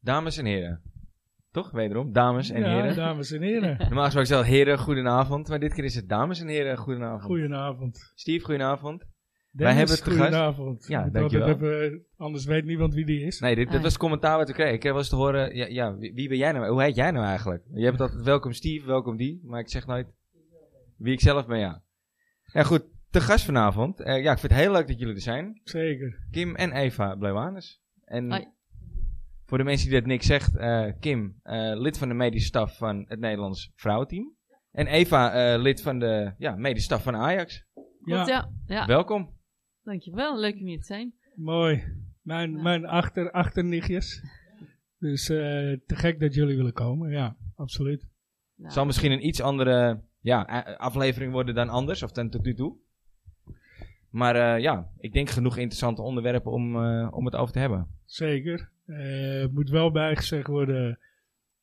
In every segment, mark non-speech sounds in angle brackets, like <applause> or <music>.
Dames en heren. Toch? Wederom, dames en ja, heren. dames en heren. Normaal gesproken is dat heren, goedenavond. Maar dit keer is het dames en heren, goedenavond. Goedenavond. Steve, goedenavond. Dennis, hebben het te gast. Goedenavond. Ja, Dat- dankjewel. dat hebben we- anders weet niemand wie die is. Nee, dit, Ah, dit ja. was het commentaar wat we kregen. Ik kreeg wel eens te horen, ja, ja wie, wie ben jij nou? Hoe heet jij nou eigenlijk? Je hebt altijd welkom Steve, welkom die. Maar ik zeg nooit wie ik zelf ben, ja. Ja goed, te gast vanavond. Eh, ja, ik vind het heel leuk dat jullie er zijn. Zeker. Kim en Eva Bleuwanus. En Hoi. voor de mensen die dat niks zegt, eh, Kim, eh, lid van de medische staf van het Nederlands vrouwenteam. En Eva, eh, lid van de ja, medische staf van Ajax. Goed, ja, ja. ja. Welkom. Dankjewel, leuk om hier te zijn. mooi. Mijn, Ja. mijn achter, achternichtjes. Dus eh, te gek dat jullie willen komen. Ja, absoluut. Ja. Zal misschien een iets andere ja, a- aflevering worden dan anders, of dan tot nu toe. Maar eh, ja, ik denk genoeg interessante onderwerpen om, eh, om het over te hebben. Zeker. Eh, moet wel bijgezegd worden.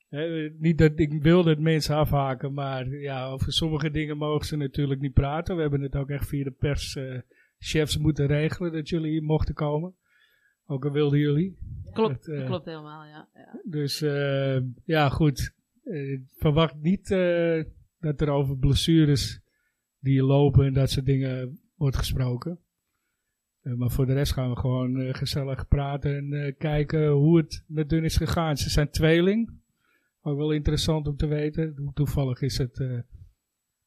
eh, niet dat ik wil dat mensen afhaken, maar ja, over sommige dingen mogen ze natuurlijk niet praten. We hebben het ook echt via de perschefs moeten regelen dat jullie hier mochten komen. Ook al wilden jullie. klopt, het, eh, klopt helemaal, ja. ja. Dus eh, ja, goed. Eh, verwacht niet eh, dat er over blessures die lopen en dat soort dingen wordt gesproken. Eh, maar voor de rest gaan we gewoon eh, gezellig praten en eh, kijken hoe het met hun is gegaan. Ze zijn tweeling. Ook wel interessant om te weten. Hoe toevallig is het eh,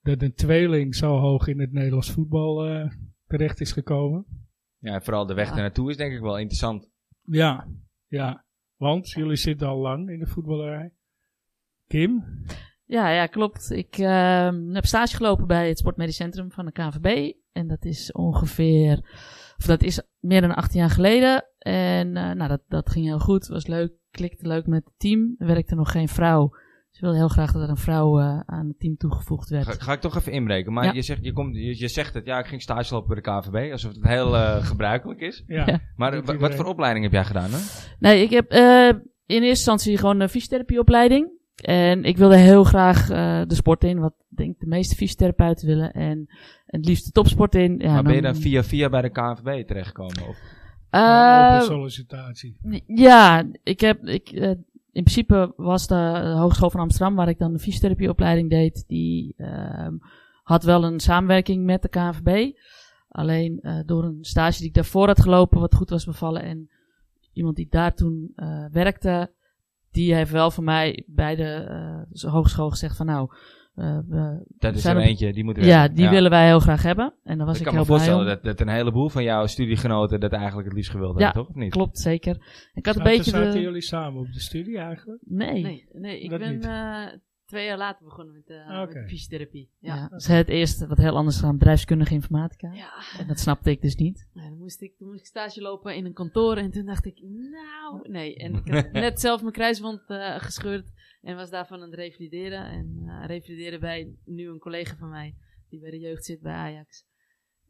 dat een tweeling zo hoog in het Nederlands voetbal eh, terecht is gekomen. Ja, vooral de weg Ja. ernaartoe is denk ik wel interessant. Ja, ja. Want jullie zitten al lang in de voetballerij. Kim, Ja, ja, klopt. Ik ehm, heb stage gelopen bij het Sportmedisch Centrum van de KNVB. En dat is ongeveer, of dat is meer dan 18 jaar geleden. En eh, nou, dat, dat ging heel goed. Was leuk, klikte leuk met het team. Er werkte nog geen vrouw. Dus ik wilde heel graag dat er een vrouw eh, aan het team toegevoegd werd. Ga, ga ik toch even inbreken. Maar Ja. je, zegt, je, komt, je, je zegt het, ja, ik ging stage lopen bij de KVB, alsof het heel eh, gebruikelijk is. Ja, Ja. Maar Doet eh, wa- wat iedereen. voor opleiding heb jij gedaan? Hè? Nee, ik heb eh, in eerste instantie gewoon een fysiotherapieopleiding. En ik wilde heel graag eh, de sport in, wat ik denk de meeste fysiotherapeuten willen. En het liefst de topsport in. Ja, maar ben je dan via via bij de KVB terechtgekomen? Of? Eh, open sollicitatie. ja, ik heb. Ik, eh, in principe was de, de Hogeschool van Amsterdam, waar ik dan de fysiotherapieopleiding deed, die ehm, had wel een samenwerking met de KNVB. Alleen eh, door een stage die ik daarvoor had gelopen, wat goed was bevallen. En iemand die daar toen eh, werkte, die heeft wel voor mij bij de eh, hogeschool gezegd van nou, eh, we- Dat is Zijn er op- eentje, die moeten we ja, hebben. die willen wij heel graag hebben. En daar ik was ik, kan me heel blij voorstellen dat, om. dat een heleboel van jouw studiegenoten dat eigenlijk het liefst gewild hebben, Ja, toch? Of niet? Klopt, zeker. Ik had een Zaten- beetje zaten de... jullie samen op de studie eigenlijk? Nee. Nee, nee ik Dat ben niet. eh, twee jaar later begonnen met, eh, Ah, oké. met fysiotherapie. Ja. Ja. Ja. ze had het eerst wat heel anders gedaan, bedrijfskundige informatica. En dat snapte ik dus niet. Nou, dan, moest ik, toen moest ik stage lopen in een kantoor en toen dacht ik, nou, nee. En ik <laughs> had net zelf mijn kruiswond eh, gescheurd en was daarvan aan het revalideren. En eh revalideren bij nu een collega van mij die bij de jeugd zit bij Ajax.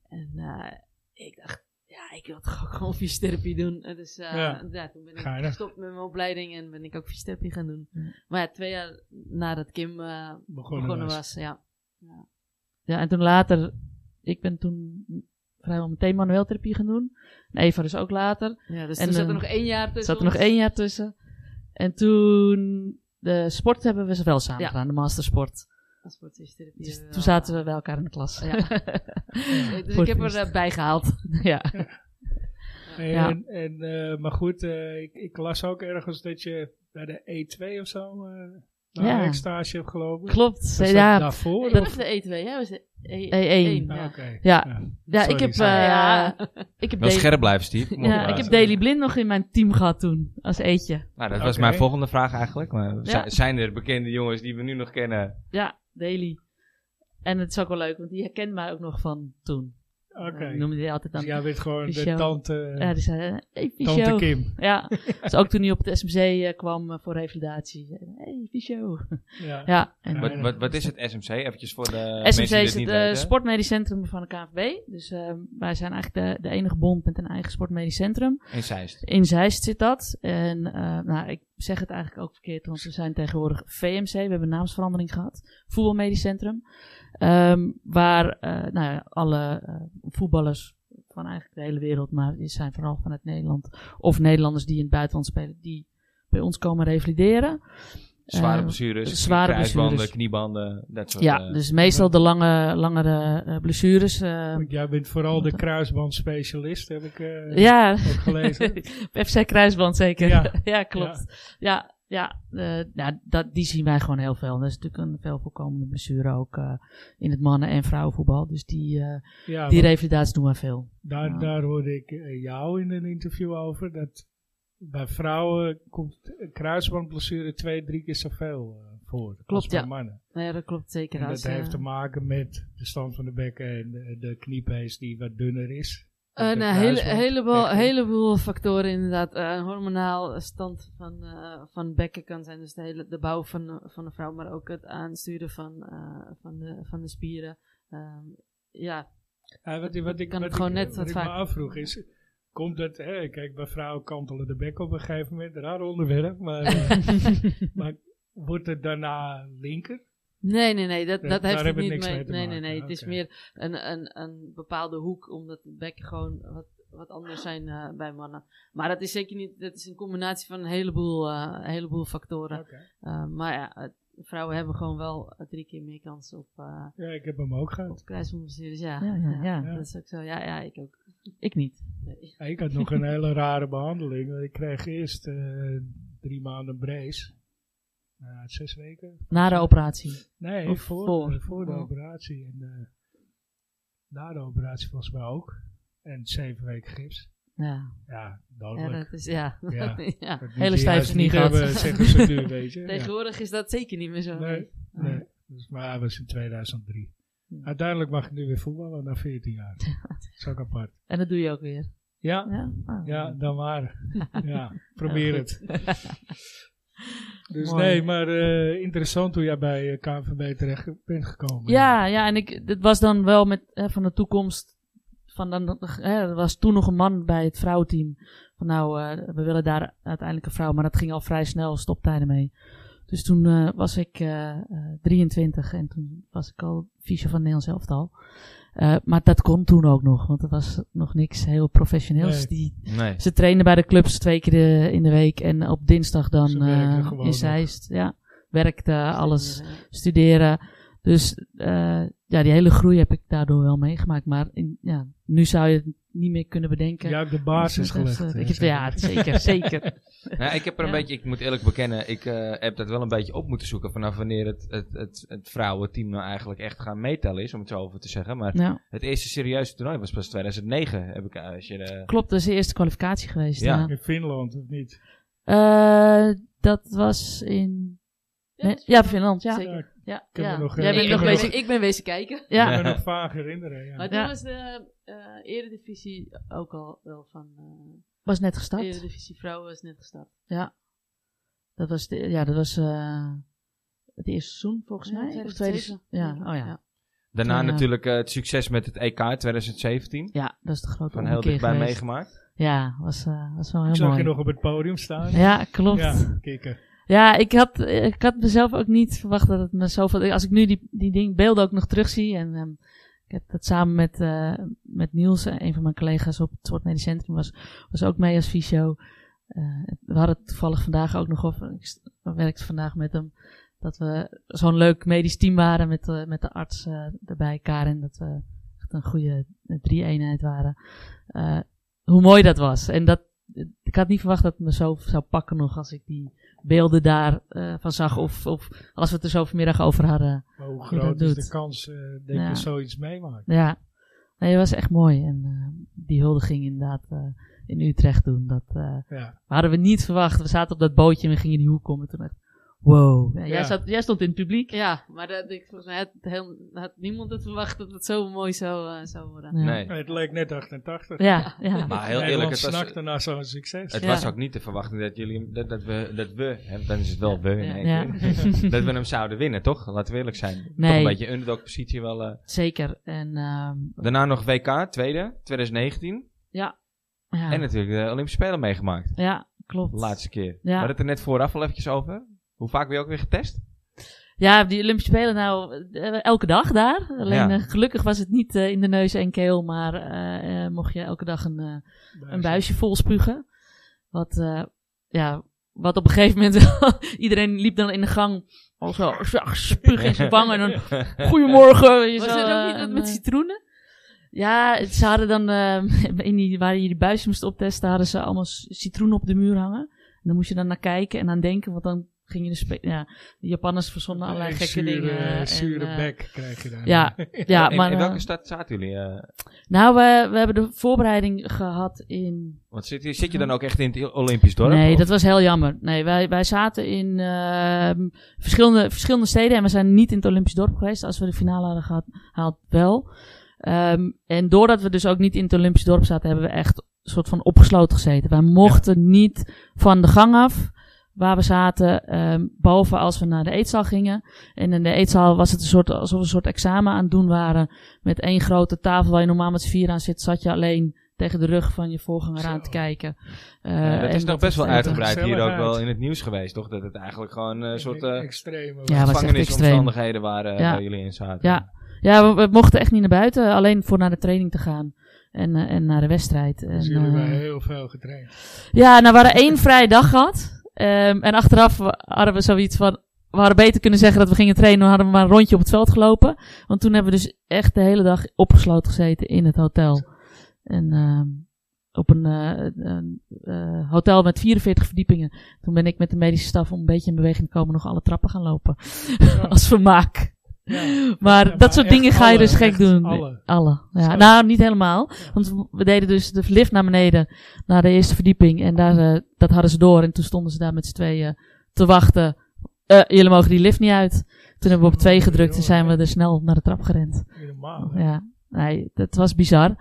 En eh, ik dacht, ja, ik wil toch ook gewoon fysiotherapie doen. Eh, Dus eh, Ja. ja. toen ben ik Geinig. gestopt met mijn opleiding en ben ik ook fysiotherapie gaan doen. Ja. Maar ja, twee jaar nadat Kim eh, Begonnen, begonnen was. was, ja. Ja, en toen later, ik ben toen vrijwel meteen manueel therapie gaan doen. En Eva dus ook later. Ja, dus En, er zat eh, er nog één jaar tussen. Er zat er ons. nog één jaar tussen. En toen, de sport hebben we ze wel samen Ja. gedaan, de mastersport. Als sportfysiotherapie, Dus eh, toen zaten we bij elkaar in de <laughs> klas. Ja. eh, Dus voor ik het heb er eerst. eh, bij gehaald. ja. En, Ja. en, eh, maar goed, eh, ik, ik las ook ergens dat je bij de E2 of zo eh een Ja. stage hebt gelopen. Klopt. Was dat ja, daarvoor? Dat of- was de E2, hè? Was de E- E1. E1. Ah, ja. Oké. Ja. ja, Sorry, ik heb, sorry. eh, Ja. ik heb Wel Daily- scherp blijven, Steve. Moet ja, je ik heb luisteren. Daily Blind nog in mijn team gehad toen, als eetje. Nou, dat was Oké. mijn volgende vraag eigenlijk. Maar zi- Ja. Zijn er bekende jongens die we nu nog kennen? Ja, Daily. En het is ook wel leuk, want die herkent mij ook nog van toen. Oké. Eh, noemde die altijd Dus dan. Ja, jij bent gewoon de Michel. tante, die zei, eh, hey, tante fysio. Kim. <laughs> Ja, dus ook toen hij op het SMC eh, kwam eh, voor revalidatie. zei hij, hey, fysio. Ja. Ja, en Ja, Wat, ja. wat, wat is het SMC? Eventjes voor de SMC mensen die is dit het niet eh, weten. sportmedisch centrum van de KNVB. Dus eh, wij zijn eigenlijk de, de enige bond met een eigen sportmedisch centrum. In Zeist. In Zeist zit dat. En eh, nou, ik zeg het eigenlijk ook verkeerd, want we zijn tegenwoordig VMC. We hebben een naamsverandering gehad. Voetbalmedisch Centrum. Ehm, waar eh, nou ja, alle eh, voetballers van eigenlijk de hele wereld, maar die zijn vooral vanuit Nederland. Of Nederlanders die in het buitenland spelen, die bij ons komen revalideren. Zware Eh, blessures, zware kruisbanden, blessures. kniebanden, dat soort ja, eh, dus meestal de lange, langere eh, blessures. eh, Want Jij bent vooral de kruisbandspecialist, heb ik eh, ja, ook <laughs> gelezen. FC Kruisband zeker. Ja. <laughs> Ja, klopt. Ja, ja, eh, nou, dat, die zien wij gewoon heel veel. Dat is natuurlijk een veel voorkomende blessure ook eh, in het mannen- en vrouwenvoetbal. Dus die, eh Ja, die want revalidaties doen we veel. daar, ja. daar hoorde ik eh, jou in een interview over. Dat bij vrouwen komt een kruisbandblessure twee, drie keer zoveel eh, voor. als Klopt, bij Nou ja. mannen. Nee, dat klopt zeker. En dat als, eh, heeft te maken met de stand van de bekken en de, de kniepees die wat dunner is. Eh, Dat de nou, hele, kruisband- heleboel, bekken. heleboel factoren inderdaad. Eh, een hormonaal stand van, eh, van bekken kan zijn. Dus de, hele, de bouw van, van de vrouw, maar ook het aansturen van, eh, van, de, van de spieren. Ehm, ja, Ja, wat, ik- wat ik, Kan wat het ik, gewoon net wat wat ik me vaker. afvroeg is, komt dat, hè, kijk bij vrouwen kantelen de bek op een gegeven moment, raar onderwerp, <laughs> maar, eh, maar wordt het daarna linker? nee, nee, nee, dat, Ja, dat daar heeft heb het het niet niks mee. mee te nee, nee, maken, nee. Het is oké. meer een, een, een bepaalde hoek, omdat de bekken gewoon wat, wat anders zijn eh, bij mannen. Maar dat is zeker niet, dat is een combinatie van een heleboel, eh, een heleboel factoren. Oké. Eh, maar ja, het- vrouwen hebben gewoon wel eh, drie keer meer kans op. eh, Ja, ik heb hem ook gehad. Op kruisbandblessures, dus ja. Ja, ja, ja. Dat is ook zo. Ja, ja, ik ook. Ik niet. Nee. Ja, Ik had nog een hele rare behandeling, want ik kreeg eerst eh, drie maanden brace. Na zes weken? Na de operatie. Nee, Of voor, eh, voor. voor. de Oh. operatie. En, eh, na de operatie volgens mij ook. En zeven weken gips. Ja. Ja, Ja, dodelijk. dat is, ja. Ja. <laughs> ja. Dat Hele moet je stijve juist niet knie gehad. hebben, zeggen ze nu, weet <laughs> je. Ja. Tegenwoordig is dat zeker niet meer <laughs> zo. Nee, nee. Dus, maar hij was in 2003. Hmm. Uiteindelijk mag ik nu weer voetballen na 14 jaar. <laughs> Dat is ook apart. En dat doe je ook weer. Ja, Ja, Ah. ja dan maar. <laughs> Ja, probeer Ja, het. Dus Mooi. nee, maar eh, interessant hoe jij bij eh, KNVB terecht bent gekomen. Ja, ja, en ik, het was dan wel met hè, van de toekomst. Van dan, hè, er was toen nog een man bij het vrouwenteam. Van nou, eh, we willen daar uiteindelijk een vrouw. Maar dat ging al vrij snel, stoptijden mee. Dus toen eh, was ik eh, eh, 23 en toen was ik al vice van Nederlands elftal. Eh, maar dat kon toen ook nog, want er was nog niks heel professioneels. Nee. Die, Nee. ze trainen bij de clubs twee keer eh, in de week en op dinsdag dan Ze werken eh, gewoon in nog. Zeist. Ja, werkte alles Ja. studeren. Dus eh, ja, die hele groei heb ik daardoor wel meegemaakt. Maar in, ja, nu zou je het niet meer kunnen bedenken. Jij hebt de basis Dus, eh, gelegd. ik eh, heb- ja, <laughs> zeker, zeker. Nou, ik heb er een Ja. beetje, ik moet eerlijk bekennen, ik eh, heb dat wel een beetje op moeten zoeken vanaf wanneer het, het, het, het vrouwenteam nou eigenlijk echt gaan meetellen is, om het zo over te zeggen. Maar Ja, het eerste serieuze toernooi was pas 2009, heb ik eh, als je de- klopt, dat is de eerste kwalificatie geweest. Ja. Ja. In Finland of niet? Eh, dat was in... Ja, nee, ja, Finland, ja. Zeker. Ja, ja, heb ja. me nog, eh, Jij Ik, bent ik nog heb me bezig. ben, ik ben wezen kijken. Ik Ja, ben nog vaag herinneren, ja. Maar toen Ja. was de eh eredivisie ook al wel van... eh was net gestart. eredivisie vrouwen is net gestart. Dat was, de, ja, dat was eh, het eerste seizoen volgens Ja, mij. Of tweede, se- 2007. ja, oh ja. daarna Ja. natuurlijk eh, het succes met het EK 2017. Ja, dat is de grote Van heel ommekeer dichtbij geweest. meegemaakt. Ja, was, eh, was wel Ik heel zag je mooi. nog op het podium <laughs> staan. Ja, klopt. Ja, kikken. Ja, ik had, ik had mezelf ook niet verwacht dat het me zoveel... Als ik nu die, die ding, beelden ook nog terugzie... En ehm, ik heb dat samen met, eh, met Niels, eh, een van mijn collega's op het Sport Medisch Centrum... Was, was ook mee als fysio. Eh, we hadden het toevallig vandaag ook nog over... Ik st- werkte vandaag met hem. Dat we zo'n leuk medisch team waren met, eh, met de arts eh, erbij, Karin. Dat we echt een goede drie-eenheid waren. Eh, hoe mooi dat was. En dat, ik had niet verwacht dat het me zo zou pakken nog als ik die beelden daar eh, van zag. Of, of als we het er zo vanmiddag over hadden. Maar hoe Hoe dat groot is de doet. kans eh, dat Ja. je zoiets meemaakt? Ja, nee, het was echt mooi. En eh, die huldiging inderdaad eh, in Utrecht doen. Dat eh, Ja. hadden we niet verwacht. We zaten op dat bootje en we gingen die hoek om. En toen echt, wow. Ja, Ja. Jij, zat, jij stond in het publiek. Ja, maar dat, ik, volgens mij had, heel, had niemand het verwacht dat het zo mooi zou, eh, zou worden. Ja. Nee. Het leek net 88. Ja, ja. Maar heel eerlijk, Nederland het eh, was, snakte naar zo'n succes. het Ja. was ook niet te verwachten dat jullie hem- dat, dat we, dat we hè, dan is het wel we in één Ja. keer, dat we hem zouden winnen, toch? Laten we eerlijk zijn. Toch Nee. een beetje underdog positie wel. eh. Zeker. En, ehm, Daarna nog WK, tweede, 2019. ja. En natuurlijk de Olympische Spelen meegemaakt. ja, klopt. De laatste keer. We Ja. hadden het er net vooraf al eventjes over. Hoe vaak ben je ook weer <laughs> getest? Ja, die Olympische Spelen, nou, eh, elke dag daar. Alleen Ja. eh, gelukkig was het niet eh, in de neus en keel, maar eh, eh, mocht je elke dag een, eh, een buisje vol spugen. Wat, eh, ja, Wat op een gegeven moment, wel- <laughs> iedereen liep dan in de gang. Al zo, zo spuug in zijn wang. En <laughs> dan, goedemorgen. je Was zo, er ook niet eh, wat en, met eh, citroenen? Ja, het- ze hadden dan, eh, <laughs> in die, waar je die buisjes moest optesten, hadden ze allemaal c- citroen op de muur hangen. En dan moest je dan naar kijken en aan denken, want dan ging je de spe- Ja, de Japanners verzonnen allerlei Een gekke zure, dingen. en, zure eh, bek krijg je daar. <laughs> Ja, ja in, maar... in eh, welke stad zaten jullie? eh? nou, we, we hebben de voorbereiding gehad in... want zit, je- zit je dan ook echt in het Olympisch dorp? nee, of? dat was heel jammer. Nee, wij, wij zaten in ehm, verschillende, verschillende steden en we zijn niet in het Olympisch dorp geweest. Als we de finale hadden gehad, haalt wel. Ehm, en doordat we dus ook niet in het Olympisch dorp zaten, hebben we echt een soort van opgesloten gezeten. Wij mochten niet van de gang af waar we zaten, ehm, boven als we naar de eetzaal gingen. En in de eetzaal was het een soort, alsof we een soort examen aan het doen waren. Met één grote tafel waar je normaal met z'n vier aan zit, zat je alleen tegen de rug van je voorganger aan te Zo. kijken. Eh, Ja, dat en is nog best wel eh, uitgebreid hier ook gezelligheid. wel in het nieuws geweest, toch? Dat het eigenlijk gewoon eh, een soort eh, extreme. Ja, maar- het is echt gevangenisomstandigheden waren eh, Ja. waar jullie in zaten. Ja. Ja, we, we mochten echt niet naar buiten, alleen voor naar de training te gaan. En, eh, en naar de wedstrijd. En, Dus jullie hebben eh, heel veel <laughs> getraind. Ja, nou, we hadden één vrije dag gehad. Ehm, en achteraf wa- hadden we zoiets van... We hadden beter kunnen zeggen dat we gingen trainen. Dan hadden we maar een rondje op het veld gelopen. Want toen hebben we dus echt de hele dag opgesloten gezeten in het hotel. En ehm, op een, eh, een, eh, hotel met 44 verdiepingen. Toen ben ik met de medische staf om een beetje in beweging te komen... nog alle trappen gaan lopen. <laughs> Als vermaak. Ja. Maar Ja, dat maar soort echt dingen ga je alle, dus gek echt doen. alle. Alle, Ja. Zo. Nou, niet helemaal. Ja. Want we- we deden dus de lift naar beneden, naar de eerste verdieping. En daar, eh, dat hadden ze door. En toen stonden ze daar met z'n tweeën te wachten. Eh, jullie mogen die lift niet uit. Toen hebben we op twee gedrukt en zijn we er snel naar de trap gerend. Niet Normaal. hè? Ja, nee, dat was bizar.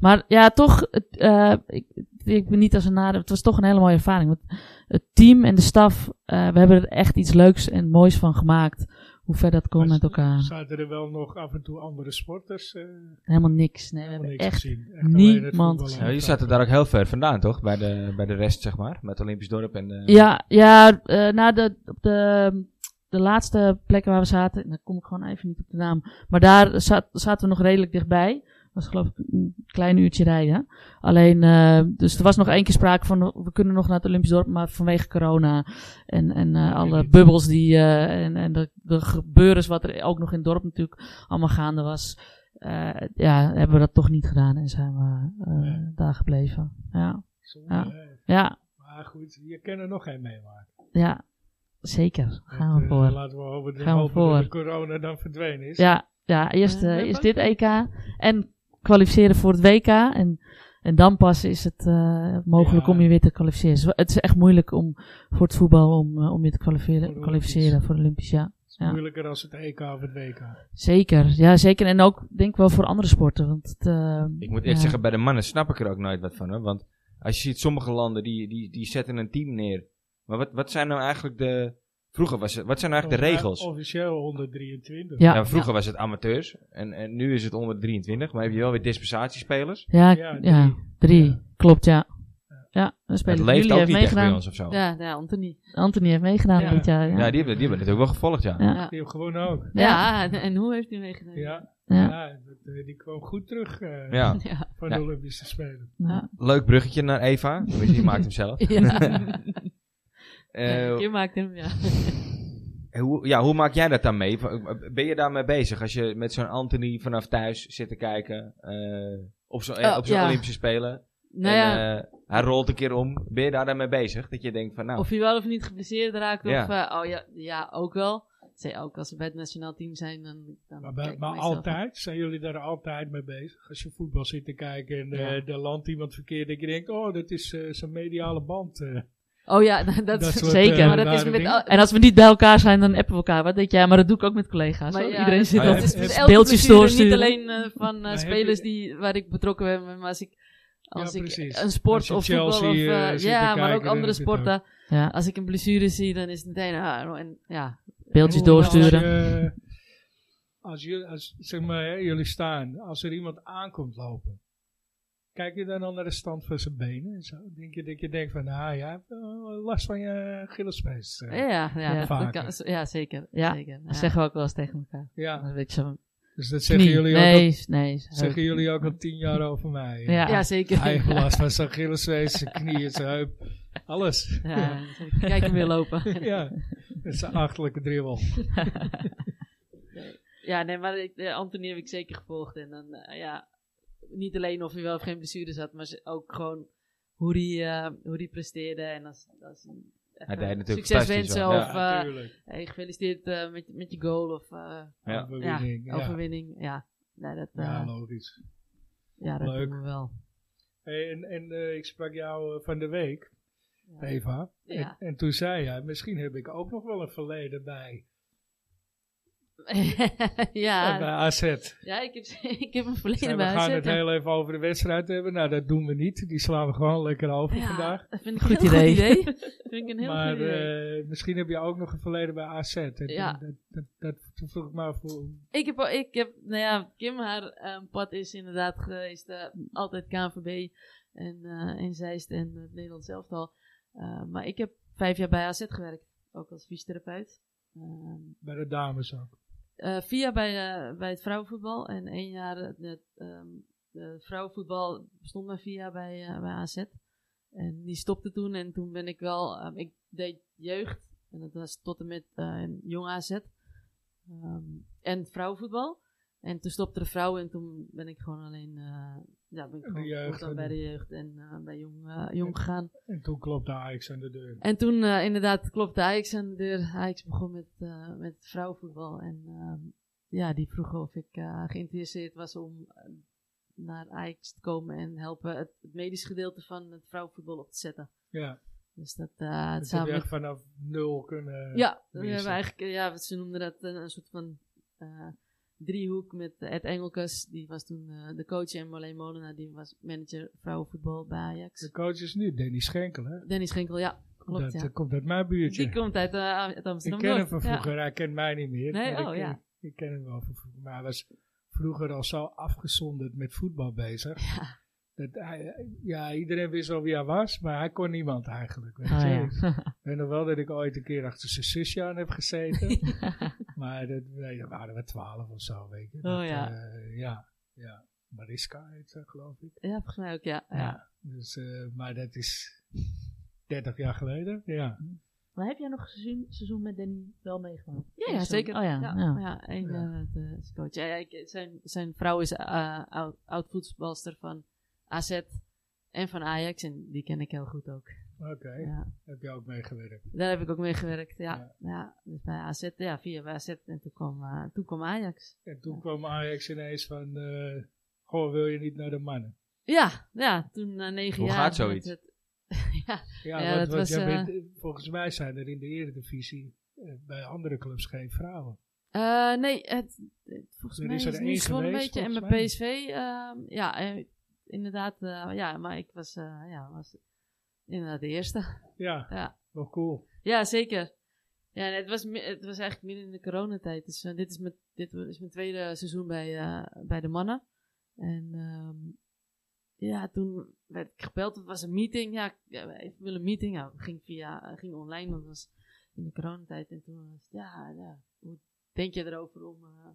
Maar ja, toch, het, eh, ik, ik ben niet als een nadeel. Het was toch een hele mooie ervaring. Want het team en de staf, eh, we hebben er echt iets leuks en moois van gemaakt. Hoe ver dat kon Maar met elkaar. Zaten er wel nog af en toe andere sporters? eh Helemaal niks. Nee, we helemaal hebben niks echt gezien. Echt alleen niemand het voetballen. gezien. Ja, jullie zaten daar ook heel ver vandaan, toch? Bij de, bij de rest, zeg maar. Met Olympisch dorp en... eh, Ja, ja eh, na de, op de, de laatste plekken waar we zaten, en daar kom ik gewoon even niet op de naam, maar daar za- zaten we nog redelijk dichtbij. was geloof ik een klein uurtje rijden. Alleen, eh, dus er was nog één keer sprake van, we kunnen nog naar het Olympisch dorp, maar vanwege corona en, en eh, alle bubbels die, eh, en, en de, de gebeurens wat er ook nog in het dorp natuurlijk allemaal gaande was, eh, ja, hebben we dat toch niet gedaan en zijn we eh, Nee. daar gebleven. Ja, Zonde, Ja. hè. ja, Maar goed, je kan er nog geen meemaken. ja, zeker. Gaan Want, we eh, voor. Laten we hopen dat, Gaan we hopen voor. dat de corona dan verdwenen is. Ja, ja eerst Ja, eh, ben je is bang? dit EK en kwalificeren voor het WK. En, en dan pas is het eh, mogelijk Ja. om je weer te kwalificeren. Dus het is echt moeilijk om voor het voetbal om, eh, om je te kwalificeren, Voor de kwalificeren Olympisch. voor de Olympisch. Ja. Het is moeilijker als het EK of het WK. Zeker, ja, zeker. En ook denk ik wel voor andere sporten. Want het, eh, Ik moet echt ja. zeggen, bij de mannen snap ik er ook nooit wat van, hoor. Want als je ziet, sommige landen, die, die, die zetten een team neer. Maar wat, wat zijn nou eigenlijk de... Vroeger was het... Wat zijn nou eigenlijk de Volgens mij regels? Officieel 123. Ja, Ja, vroeger was het amateurs. En, en nu is het onder 23. Maar heb je wel weer dispensatiespelers. Ja, Ja, ja, drie. drie. Ja. Klopt, ja. Ja, dan spelen Het leeft jullie ook heeft niet echt bij meegedaan. ons of zo. Ja, Ja, ja, Anthony. Anthony heeft meegedaan Ja. dit jaar. Ja. die hebben, die hebben natuurlijk wel gevolgd, ja. Ja. Die heb gewoon ook. Ja. Ja, en- en hoe heeft hij meegedaan? Ja, Ja. ja, dat, eh, die kwam goed terug eh, ja. Ja. van Ja. de Olympische Spelen. <laughs> Ja. Leuk bruggetje naar Eva. want Die maakt hem <laughs> zelf. Ja. Eh, Je maakt hem, ja. hoe, ja, hoe maak jij dat dan mee? Ben je daarmee bezig? Als je met zo'n Anthony vanaf thuis zit te kijken eh, op zo'n Oh, op zo'n ja. Olympische Spelen. Nou en, ja, eh, hij rolt een keer om. Ben je daar dan mee bezig? Dat je denkt eh, van nou, Of je wel of niet geblesseerd raakt. Ja. Of, eh, oh ja, ja, ook wel. Zij ook als ze bij het nationaal team zijn, dan. dan Maar, kijk bij- ik maar meestal altijd, zijn jullie daar altijd mee bezig? Als je voetbal zit te kijken en eh Ja. daar landt iemand verkeerd, dat je denkt, oh, dat is eh, zijn mediale band. eh. van, Oh ja, <laughs> dat, is soort, zeker. eh, Maar dat is rare met. dingen. al- En als we niet bij elkaar zijn, dan appen we elkaar. Wat denk jij? Maar dat doe ik ook met collega's. maar hoor. ja, Iedereen zit Ah, ja. op Het is- Dus Even elke beeldjes blessure, niet doorsturen. alleen eh, van eh, heb je- spelers die, waar ik betrokken ben, maar als ik. Als ik precies. een sport Als je of Chelsea, voetbal of, eh, eh, zit te ja, maar kijken, ook dan andere heb je het sporten. Ja, Als ik een blessure zie, dan is het meteen ah, en ja, beeldjes En hoe- Als, doorsturen. je- eh, als, jullie, als zeg maar, hè, jullie staan, als er iemand aankomt lopen, kijk je dan al naar de stand van zijn benen? en Zo, denk je dat je denkt van, ah, jij hebt eh, last van je gillespees. eh. ja, ja, ja, dat vaker. kan- ja zeker, Ja, zeker. Dat ja. zeggen we ook wel eens tegen elkaar. Ja, Dan weet je zo. dus dat zeggen knie. jullie, ook nee, al, nee. zeggen jullie ook al tien jaar over mij. eh. Ja. ja, zeker. Hij heeft last van zijn gillespees, zijn knieën, zijn heup. Alles. Ja, dan zeg ik, kijk hem weer lopen. Ja, dat is een achterlijke dribbel. <laughs> Ja, nee, maar ik, eh, Anthony heb ik zeker gevolgd. En dan, eh, ja, niet alleen of hij wel of geen blessures had, maar ze- ook gewoon hoe hij, eh, hoe hij presteerde. En als, als Hij deed natuurlijk succes fantastisch wensen wel. of Ja, eh, natuurlijk. hey, gefeliciteerd eh, met, met je goal of eh, Ja. Overwinning, ja. overwinning. Ja, nee, dat, eh, Ja, ja, logisch. dat leuk. doen we wel. Hey, en en eh, ik sprak jou eh, van de week, Ja. Eva. Ja. En, en toen zei jij, misschien heb ik ook nog wel een verleden bij, eh, bij <laughs> ja, AZ. ja, ik heb, <laughs> ik heb een En verleden we bij gaan het AZ. heel even over de wedstrijd hebben. Nou, dat doen we niet. Die slaan we gewoon lekker over Ja, vandaag. Dat vind ik Goed een heel idee. goed idee. <laughs> Dat vind ik een heel maar goed idee. eh, misschien heb je ook nog een verleden bij AZ. En toen- Ja. Dat, dat, dat, toen vroeg ik me af hoe- Ik heb, al- ik heb, nou ja, Kim, haar eh, pad is inderdaad geweest, eh, altijd KNVB en, eh, en Zeist en het Nederlands elftal. Eh, maar ik heb vijf jaar bij AZ gewerkt, ook als fysiotherapeut. Ehm, bij de dames ook. eh, vier jaar bij, eh, bij het vrouwenvoetbal en één jaar het, het, ehm, de vrouwenvoetbal bestond maar vier jaar bij, eh, bij AZ. En die stopte toen en toen ben ik wel, ehm, ik deed jeugd en dat was tot en met eh, jong AZ ehm, en vrouwenvoetbal. En toen stopte de vrouw en toen ben ik gewoon alleen eh, ja, ben ik De gewoon jeugd fulltime en- bij de jeugd en eh, bij jong, eh, jong gegaan. En toen klopte Ajax aan de deur. En toen eh, inderdaad klopte Ajax aan de deur. Ajax begon met, eh, met vrouwenvoetbal. En ehm, ja, die vroegen of ik eh, geïnteresseerd was om eh, naar Ajax te komen en helpen het, het medisch gedeelte van het vrouwenvoetbal op te zetten. Ja, Dus dat, eh het dat heb samen je echt met... vanaf nul kunnen... Ja, we Wie is hebben dat? eigenlijk, eh, ja, wat ze noemden dat een, een soort van eh, driehoek met eh, Ed Engelkes. Die was toen eh, de coach en Marleen Molenaar, die was manager vrouwenvoetbal bij De Ajax. coach is nu Danny Schenkel, hè? Dennis Schenkel, ja, klopt. dat ja. eh, komt uit mijn buurtje. Die komt uit, eh, uit ik Amsterdam. ken hem van Ja. vroeger, hij kent mij niet meer. Nee, maar oh, ik, ja. ik, ik ken hem wel van vroeger. Maar hij was vroeger al zo afgezonderd met voetbal bezig. Ja. Dat hij, ja, iedereen wist wel wie hij was, maar hij kon niemand eigenlijk. Weet Oh, je. Ah, ja. <laughs> Ik weet nog wel dat ik ooit een keer achter zijn zusje aan heb gezeten. maar dat, nee, dan waren we twaalf of zo, weet je. Dat, Oh, ja. eh, ja, ja. Mariska heet ze, geloof ik. Ja, volgens mij ook, ja. ja. Dus, eh, maar dat is 30 jaar geleden, ja. Maar heb jij nog seizoen, seizoen met Danny wel meegemaakt? Ja, ja, zeker. Oh ja, Ja, ja. ja, en Ja. eh, het, eh, is coach. Ja, ja, ik- zijn, zijn vrouw is eh, oud- oud voetbalster van AZ en van Ajax. En die ken ik heel goed ook. Oké, Ja. heb je ook meegewerkt. Daar heb ik ook mee gewerkt, ja. Ja. ja. dus bij AZ, ja, via bij AZ. En toen kwam, eh, toen kwam Ajax. En toen kwam Ajax ineens van, eh goh, wil je niet naar de mannen? Ja, ja, toen na negen Hoe jaar... gaat zoiets? werd het- Ja, Ja, want, dat want was, jij eh, bent- volgens mij zijn er in de eredivisie eh, bij andere clubs geen vrouwen. Eh, nee, het, het- volgens Er mij is is er het één nu zo'n geweest, beetje. En volgens met mij. PSV, ehm, ja, eh, inderdaad. eh, ja, maar ik was, eh, ja, was inderdaad de eerste. Ja, Ja. wel cool. Ja, zeker. Ja, en het was, mi- het was eigenlijk midden in de coronatijd. Dus eh, dit, is mijn, dit is mijn tweede seizoen bij, eh, bij de mannen. En ehm, ja, toen werd ik gebeld. Het was een meeting. Ja, ik- ja, ik wil een meeting. Ja, het ging, via, het ging online, want het was in de coronatijd. En toen was het, ja, ja hoe denk je erover om, eh,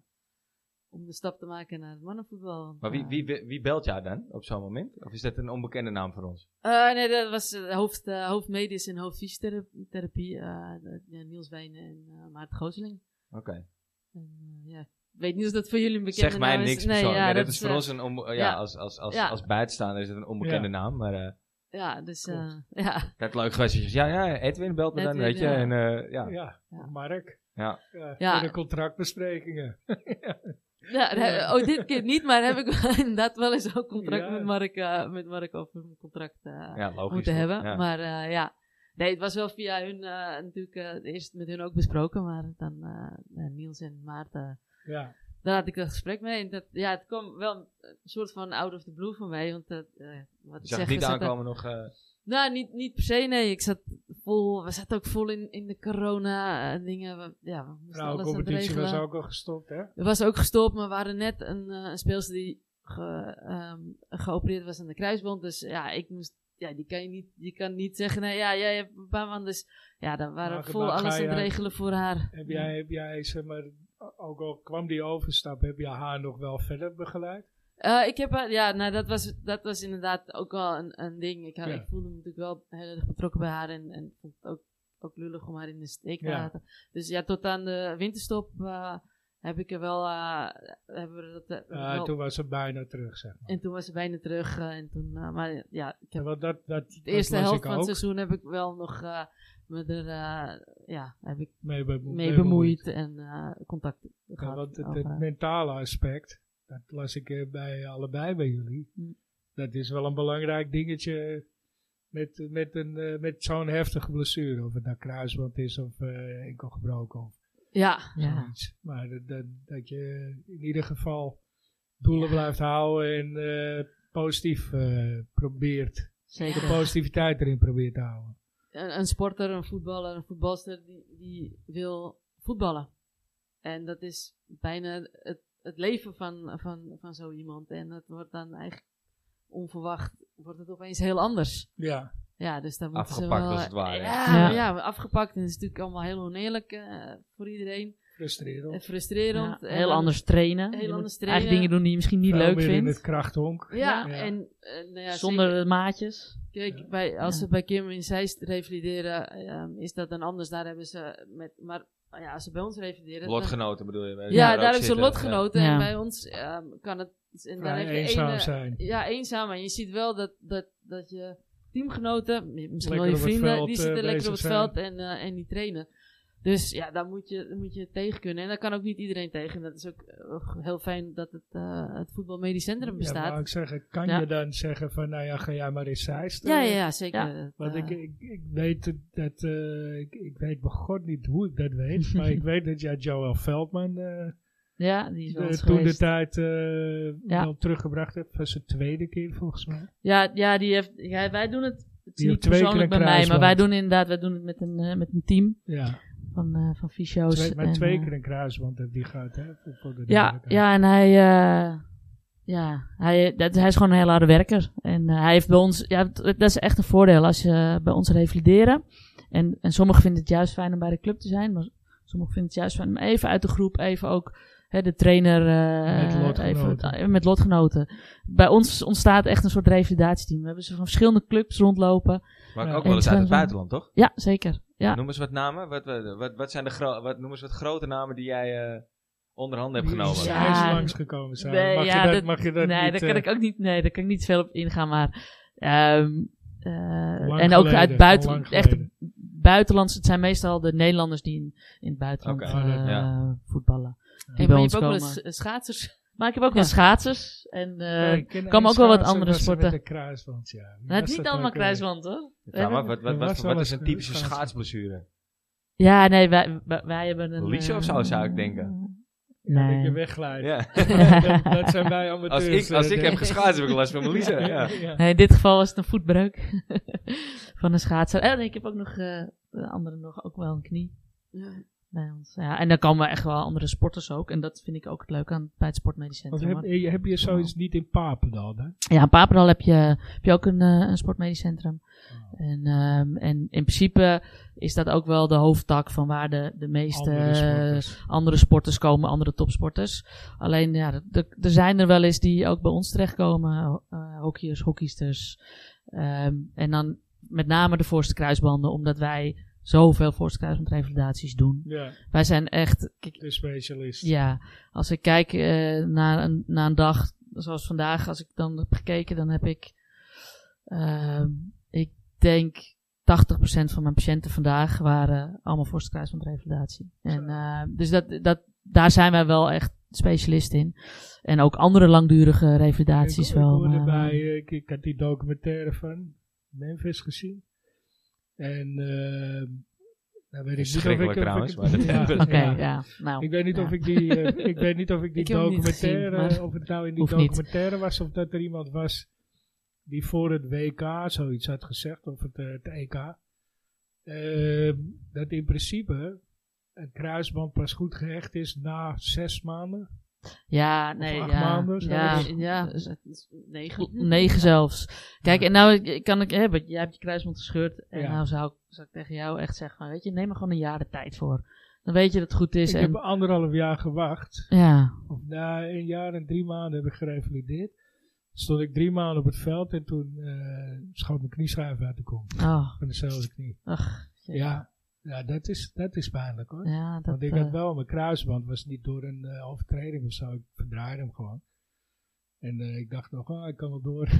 om de stap te maken naar het mannenvoetbal? Want, Maar wie, eh, wie, wie, wie belt jou dan op zo'n moment? Of is dat een onbekende naam voor ons? Eh, nee, dat was eh, hoofd, eh, hoofdmedisch en hoofdfysiotherapie. eh, de- ja, Niels Wijnen en eh, Maarten Gooseling. Oké. En, eh, ja, ik weet niet of dat voor jullie een bekende Zeg mij naam is. niks persoonlijk. Nee, dat, is voor eh, ons een onbe- ja, ja. Als, als, als, Ja. als buitenstaander is het een onbekende Ja. naam. Maar eh Ja, dus eh, Klopt. <laughs> ja. dat leuk geweest. als je zegt, Ja, ja, Edwin belt me dan, Edwin, weet je. ja. En, eh, ja. Ja, Ja. Mark. Ja. Ja. Voor de contractbesprekingen. ja daar- oh, dit keer niet, maar heb ik wel <laughs> inderdaad wel eens ook contract Ja. met, Mark, eh, met Mark over mijn contract eh, ja, logisch. moeten toch? hebben. Oh, Ja. Maar eh, ja, nee, het was wel via hun eh, natuurlijk eh, eerst met hun ook besproken, maar dan eh, eh, Niels en Maarten ja, Daar had ik dat gesprek mee. En dat, ja, het kwam wel een soort van out of the blue voor mij. Want dat, eh, wat ik Zag zeg, het niet we zaten- aankomen nog. eh, nou, niet, niet per se, nee. Ik zat vol, we zaten ook vol in, in de corona eh, dingen. We, ja, we moesten alles aan het vrouwencompetitie regelen. nou, was ook al gestopt, hè? Er was ook gestopt, maar we hadden net een, eh, een speelster die ge- ehm, geopereerd was aan de kruisband. Dus ja, ik moest, ja, die kan je niet, je kan niet zeggen, nee, ja, jij hebt een paar maanden. Dus ja, dan waren Nou, Maar we vol ga alles aan je- het regelen voor haar. Heb jij, heb jij, zeg maar, ook al kwam die overstap, heb jij haar nog wel verder begeleid? Eh, ik heb, haar- ja, nou, dat was, dat was inderdaad ook wel een, een ding. Ik, had- Ja. ik voelde me natuurlijk wel heel erg betrokken bij haar en, en vond het ook, ook lullig om haar in de steek te Ja. laten. Dus ja, tot aan de winterstop eh, heb ik er wel, eh, hebben we dat, eh, Eh, wel- toen was ze bijna terug, zeg maar. en toen was ze bijna terug eh, en toen, eh, maar ja, ik heb, Want dat, dat, de eerste dat was helft ik van het ook dus seizoen heb ik wel nog, eh, me er, eh, ja, heb ik mee, bemo- mee bemoeid en eh, contact Ja, gehad. want het, over- het mentale aspect, dat las ik eh, bij allebei bij jullie. Hm. Dat is wel een belangrijk dingetje met, met, een, eh, met zo'n heftige blessure. Of het nou kruisband is of eh, enkel gebroken of ja, Ja. zoiets. Maar dat, dat, dat je in ieder geval doelen blijft houden en eh, positief eh, probeert. Zeker. De positiviteit erin probeert te houden. een, een sporter, een voetballer, een voetbalster die, die wil voetballen. En dat is bijna het, het leven van, van, van zo iemand. En dat wordt dan eigenlijk onverwacht, wordt het opeens heel anders. Ja, Ja, dus daar moeten Afgepakt ze wel... als het ware. Ja, ja. Ja. afgepakt. En dat is natuurlijk allemaal heel oneerlijk eh, voor iedereen. En frustrerend. frustrerend. Ja, En heel dan- anders trainen. eh, heel Je moet anders trainen. Eigenlijk dingen doen die je misschien niet Veel leuk meer in het vindt. krachthonk. Ja, Ja. en eh, nou ja, Zonder eh, maatjes. Kijk, bij, als Ja. ze bij Kim in Zeist revalideren, ehm, is dat dan anders. Daar hebben ze met, maar nou ja, als ze bij ons revalideren. dan- Lotgenoten bedoel je? ja, daar hebben ze lotgenoten. En Ja. bij ons ehm, kan het. En daar Vrij heb je eh, eenzaam ene- zijn. Ja, eenzaam. En je ziet wel dat, dat, dat je teamgenoten, mi- misschien wel Lekker je op het vrienden, veld, die eh, zitten lekker op het bezig veld en, eh, en die trainen. Dus ja, daar moet, je, daar moet je tegen kunnen. En daar kan ook niet iedereen tegen. En dat is ook eh, heel fijn dat het, eh, het voetbalmedisch centrum Ja, wou bestaat. ik zeggen, kan Ja. je dan zeggen van, nou ja, ga jij maar eens Zeist. Ja, ja, eh, ja, zeker. Ja. Dat, Want eh, ik, ik, ik weet het- dat, eh, ik, ik weet bij god niet hoe ik dat weet, maar <laughs> ik weet dat jij Joel Veldman eh, Ja, die is wel eh, eens toen de geweest. tijd eh, Ja. wel teruggebracht hebt. Dat was de tweede keer volgens mij. Ja, ja, die heeft, ja, wij doen het. Het is Die niet heeft twee keer persoonlijk een bij mij, maar kruisband. wij doen inderdaad, wij doen het met een, eh, met een team Ja, van, eh van fysio's. twee, maar en, twee eh, keer een kruisband heeft die gehad, hè? voor- voor de Ja, duidelijkheid. ja, en hij, eh, ja, hij, dat, hij is gewoon een heel harde werker. En eh, hij heeft bij ons, ja, dat dat is echt een voordeel als je bij ons revalideren. En, en sommigen vinden het juist fijn om bij de club te zijn, maar sommigen vinden het juist fijn om even uit de groep, even ook hè, de trainer, eh, Met lotgenoten. Even, eh, met lotgenoten. Bij ons ontstaat echt een soort revalidatieteam. We hebben ze van verschillende clubs rondlopen. Maar Ja. ook wel eens En uit het Twente. buitenland, toch? Ja, zeker. Ja. Noem eens wat namen. Wat, wat, wat, wat zijn de gro wat, noem eens wat grote namen die jij eh onder handen hebt Die genomen. Is Ja. langs langsgekomen zijn. Nee, mag, ja, je dat, dat- mag je dat nee, niet... daar kan eh, ik ook niet, nee, daar kan ik niet veel op ingaan, maar. ehm, eh, Lang en ook geleden, uit al lang buitenland. Echt geleden. buitenlands. Het zijn meestal de Nederlanders die in, in het buitenland Oké. eh, Ah, dat- ja. voetballen. Die Hey, bij maar je ons hebt ook wel komen. eens eh, <laughs> schaatsers. Maar ik heb ook wel Ja. schaatsers. En, eh nou, ja, ik ken kan één ook wel wat schaatser andere was er sporten. Met een kruisband, ja. Wie nou, het was is niet dat allemaal ook eh, weer? kruisband hoor. Ja, maar wat, wat, Ja, wat, zo wat was is een het. typische Schaatsen. schaatsblessure? Ja, nee, wij, wij, wij hebben een. eh, Liesje of zo, zou ik denken. Ja, dat je Nee. wegglijdt. Ja. <laughs> dat, dat zijn wij amateurs. Als ik, eh, als ik denk heb geschaatst, heb ik last van mijn liezen. <laughs> Ja, Ja. ja. Nee, in dit geval was het een voetbreuk <laughs> van een schaatser. En ik heb ook nog eh, de andere nog ook wel een knie. Ja. bij ons. Ja, en dan komen echt wel andere sporters ook. En dat vind ik ook het leuke aan, bij het Sportmedisch Want Centrum. heb, hoor. heb je zoiets niet in Papendal? Hè? Ja, in Papendal heb je, heb je ook een, eh, een Sportmedisch Centrum. Oh. En, ehm, en in principe is dat ook wel de hoofdtak van waar de, de meeste Andere andere, sporters. andere sporters komen, andere topsporters. Alleen, ja, d- d- er zijn er wel eens die ook bij ons terechtkomen. ho- eh hockeyers, hockeysters. Ehm, en dan met name de voorste kruisbanden, omdat wij zoveel voorste kruisbandrevalidaties doen. Ja, Wij zijn echt, kijk, de specialist. ja, als ik kijk eh, naar, een, naar een dag zoals vandaag, als ik dan heb gekeken, dan heb ik, ehm, ik denk 80% van mijn patiënten vandaag waren allemaal voor het kruis van de revalidatie. En, eh, dus dat, dat, daar zijn wij wel echt specialist in. En ook andere langdurige ik, revalidaties ik wel. hoorde maar, bij, eh, ik, ik had die documentaire van Memphis gezien. En ehm nou weet ik niet of ik, Verschrikkelijk of ik- trouwens, maar dat- ja, Oké, Oké, ja. ja. nou, Ik weet niet ja. of ik die, eh, ik weet niet of ik die Ik heb hem niet gezien, documentaire, maar of het nou in die hoeft niet. documentaire was, of dat er iemand was die voor het WK zoiets had gezegd, of het, eh, het EK. eh, dat in principe een kruisband pas goed gehecht is na zes maanden. Ja, nee, acht ja. maanden, zo ja. is Ja, ja, het is negen. Negen zelfs. Kijk, Ja. en nou ik- kan ik hebben, jij hebt je kruisband gescheurd. En Ja. nou zou ik, zou ik tegen jou echt zeggen: van, Weet je, neem er gewoon een jaar de tijd voor. Dan weet je dat het goed is. Ik en, heb anderhalf jaar gewacht. ja. Of na een jaar en drie maanden heb ik gerevalideerd. Stond ik drie maanden op het veld en toen eh, schoot mijn knieschijf uit de kom. Oh, Van dezelfde knie. ach. Ja, ja dat, is, dat is pijnlijk hoor. Ja, dat, Want ik eh, had wel mijn kruisband, was niet door een eh, overtreding of zo. Ik verdraaide hem gewoon. En eh, ik dacht nog, ah, ik kan wel door. eh,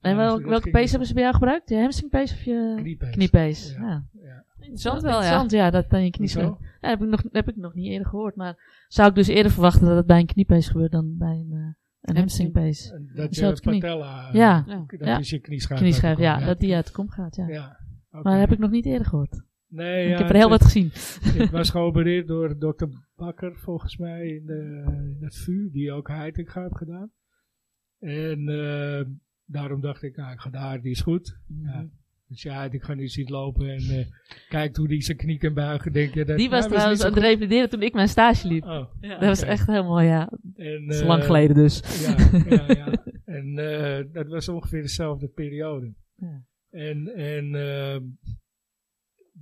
en wel- dus dat welke ging pees niet. hebben ze bij jou gebruikt? Je hamstringpees of je Kniepees. kniepees? Ja. Ja. Interessant Dat is wel, ja. interessant, ja. Dat dan je knie Hoezo? scheurt. Ja, heb, ik nog, heb ik nog niet eerder gehoord. Maar zou ik dus eerder verwachten dat het bij een kniepees gebeurt dan bij een, eh, een hamstringpees? En Dat je Dezelfde knie. patella, eh, Ja, Ja. dat ja. is je knieschijf. knieschijf, uitgekomen, ja. Dat die uit de kom gaat, ja. Ja. Oké. Maar dat heb ik nog niet eerder gehoord. nee, ik ja, heb er heel het- wat gezien. Ik was geopereerd door dokter Bakker, volgens mij, in, de, in het VU, die ook Heitinga heeft gedaan. En eh, daarom dacht ik, nou, ik ga daar, die is goed. Ja. Dus ja, ik ga nu zien lopen en eh kijkt hoe die zijn knie kan buigen. Denk je, dat, <laughs> Die was nou, trouwens niet aan het revalideren toen ik mijn stage liep. zo- Oh, Dat was oké. echt heel mooi, ja. en, Dat is eh, lang geleden dus. Ja, ja, ja. En eh, dat was ongeveer dezelfde periode. Ja. En, en eh,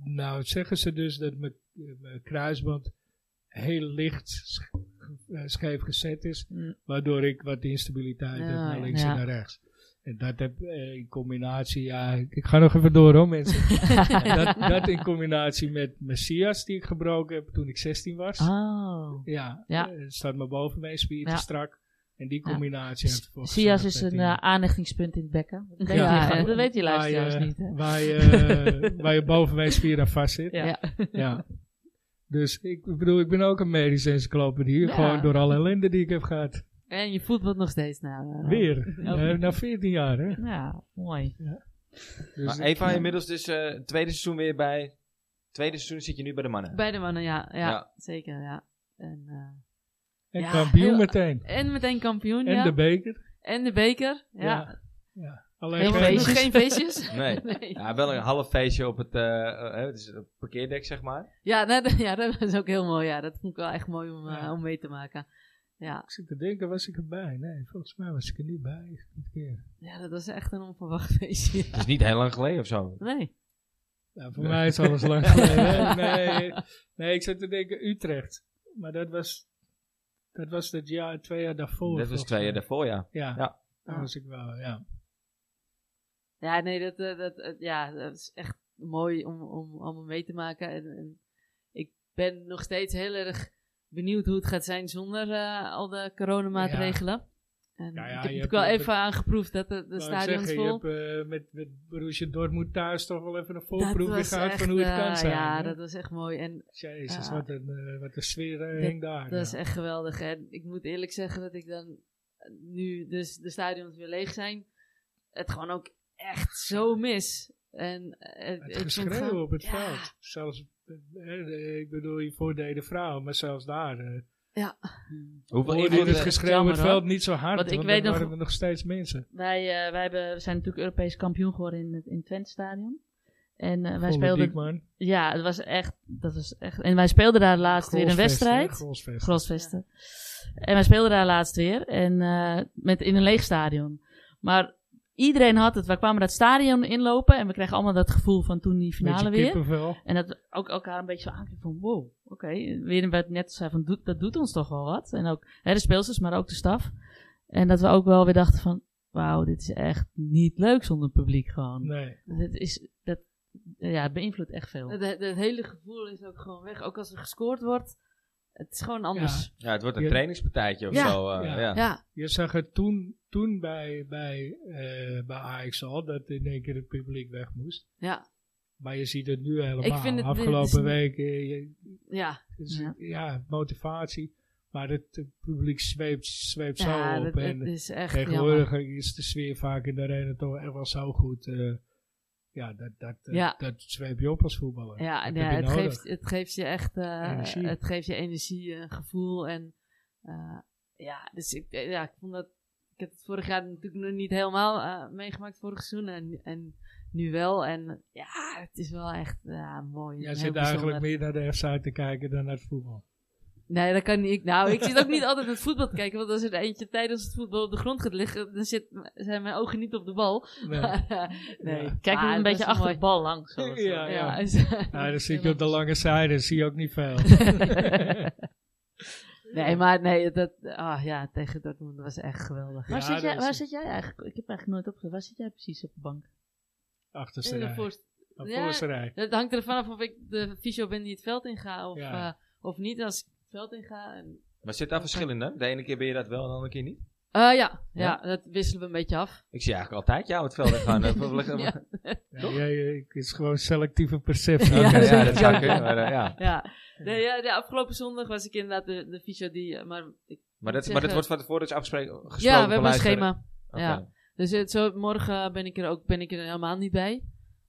nou zeggen ze dus dat mijn, mijn kruisband heel licht sch- eh, scheef gezet is, Mm. waardoor ik wat instabiliteit Ja, heb naar ja. links Ja. en naar rechts. En dat heb eh, in combinatie, ja, ik ik ga nog even door hoor mensen. En <laughs> dat, dat in combinatie met Messias die ik gebroken heb toen ik 16 was. Oh. Ja, Ja. eh, staat mijn bovenbeenspier Ja. te strak. En die Ja. combinatie heeft ervoor Sias gezorgd is dat een die- eh, aanhechtingspunt in het bekken. Dat weet, Ja. je, dat weet je waar je- luisteraars niet. hè. Waar <laughs> je, waar je bovenbeenspier aan vast zit. Ja. Ja. Dus ik bedoel, ik ben ook een medische encyclopedie. Ja. Gewoon door alle ellende die ik heb gehad. En je voetbalt nog steeds naar. eh, Weer. Eh, na 14 jaar, hè. Ja, mooi. Dus maar Eva, inmiddels dus eh, het tweede seizoen weer bij... Tweede seizoen zit je nu bij de mannen. Bij de mannen, ja. Ja, Ja. zeker, ja. En, eh, en ja, kampioen heel- meteen. en meteen kampioen, En ja. de beker. en de beker, ja. Ja. ja. Alleen Heel Nog geen- feest. Geen feestjes. Nee. <laughs> Nee. Ja, wel een half feestje op het, eh, eh, het is een parkeerdek, zeg maar. Ja, nou, d- ja, dat <laughs> is ook heel mooi. Ja, dat vond ik wel echt mooi om, eh, Ja. om mee te maken. Ja. Ik zit te denken, was ik erbij? Nee, volgens mij was ik er niet bij. Dit keer. ja, dat was echt een onverwacht <laughs> feestje. Het is niet heel lang geleden of zo. Nee. Nou, voor mij is alles <laughs> lang geleden. Nee, nee, ik zit te denken Utrecht. Maar dat was, dat was het jaar, twee jaar daarvoor. Dat was volgens twee jaar mij. daarvoor, ja. Oh, Ja, Ja. daar was ik wel, ja. Ja, nee, dat, eh, dat, eh, ja, dat is echt mooi om, om allemaal mee te maken. En, en ik ben nog steeds heel erg benieuwd hoe het gaat zijn zonder eh, al de coronamaatregelen. En Ja, ja, ik heb je natuurlijk hebt- wel je hebt even aangeproefd dat de, de Wou ik stadions zeggen, vol. Je hebt eh, met, met Borussia Dortmund thuis toch wel even een Dat voorproefje was gehad echt, van hoe het eh, kan zijn. Ja, hè? dat was echt mooi. En Jezus, ja. wat, een, eh, wat een sfeer eh, Dat- hing daar. Dat is ja. echt geweldig. En ik moet eerlijk zeggen dat ik dan eh, nu dus de stadions weer leeg zijn, het gewoon ook echt zo mis. En eh, ik Het vond geschreeuw gewoon- op het Ja, veld. Zelfs, eh, eh, ik bedoel, je voordeden vrouwen, maar zelfs daar. eh Hoeveel hoorde je invloed, het eh, geschreeuw op jammer, het hoor. veld niet zo hard, Want want, ik dan weet nog- waren er nog steeds mensen. Wij, eh, wij hebben, zijn natuurlijk Europees kampioen geworden in het, in het Twente Stadion. En eh, wij Volle speelden... Diekman, Ja, het was echt, dat was echt... En wij speelden daar laatst weer een Grolsvesten, hè, wedstrijd. Grolsvesten. Grosvesten. En wij speelden daar laatst weer. En eh, met, in een leeg stadion. Maar iedereen had het. Wij kwamen dat stadion inlopen. En we kregen allemaal dat gevoel van toen die finale Beetje weer. kippenvel. En dat we ook elkaar een beetje zo aankijken van wow. Oké, weer wat ik net zei van doet, dat doet ons toch wel wat. En ook hè, de speelsters, maar ook de staf. En dat we ook wel weer dachten van wauw, dit is echt niet leuk zonder publiek gewoon. Nee. Dit is, dat, ja, het beïnvloedt echt veel. Het, het- het hele gevoel is ook gewoon weg. Ook als er gescoord wordt, het is gewoon anders. Ja, het wordt een Je- trainingspartijtje of Ja. zo. eh, Ja. ja. Ja, Je zag het toen, toen bij, bij, eh, bij Ajax al, dat in één keer het publiek weg moest. ja, Maar je ziet het nu helemaal. Ik vind het- dit Afgelopen is- week, eh, je- ja. is- Ja. ja. motivatie. Maar het, eh, publiek zweept, zweept Ja, zo dat, op. dat en is echt tegenwoordig jammer. is de sfeer vaak in de arena toch echt wel zo goed. eh, ja, dat, dat, eh, Ja, dat zweep je op als voetballer. Ja, Dat ja, heb je het, nodig. geeft, het geeft je echt eh, Energie. Het geeft je energie en gevoel. En eh, ja, dus ik, eh, ja, ik vond dat. Ik heb het vorig jaar natuurlijk nog niet helemaal eh, meegemaakt, vorig seizoen. En, en nu wel. En ja, het is wel echt eh, ja, mooi. Jij en zit heel bijzonder. eigenlijk meer naar de f te kijken dan naar het voetbal. Nee, dat kan niet. Ik- Nou, ik <laughs> zit ook niet altijd naar het voetbal te kijken. Want als er eentje tijdens het voetbal op de grond gaat liggen, dan zit, zijn mijn ogen niet op de bal. Nee. nee. <laughs> Ja. Maar Kijk dat een is beetje achter mooi. de bal langs. Ja, Zoals ja. <laughs> Ja, <laughs> ja. is- dan zie ik je op de lange zijde, zie je ook niet veel. nee, maar nee, dat, ah ja, tegen Dortmund was echt geweldig. Waar, Ja, zit jij, dat is waar het. zit jij eigenlijk? Ik heb eigenlijk nooit opgelet. Waar zit jij precies op de bank? Achterste In de rij. voorst- Aan Ja. voorste rij. Het hangt ervan af of ik de fysio ben die het veld inga of, Ja. eh, of niet. Als ik het veld inga. En, Maar zit daar verschil in dan? De ene keer ben je dat wel en de andere keer niet? Eh, ja, ja? Ja? dat wisselen we een beetje af. Ik zie eigenlijk altijd jou het <laughs> veld in gaan. Eh, we liggen- Ja. Ja, ja, ja, ik- het is gewoon selectieve perceptie. Oké, Ja, ja, dat denk dat ik zou ook. kunnen. Maar, eh, ja. Ja. Nee, ja, de afgelopen zondag was ik inderdaad de, de fysio die. eh, Maar ik, maar, dat, maar Zeggen- dat wordt van tevoren dus afgesproken. ja, we hebben een schema. ja. Oké. Dus het, zo, morgen ben ik, er ook, ben ik er helemaal niet bij.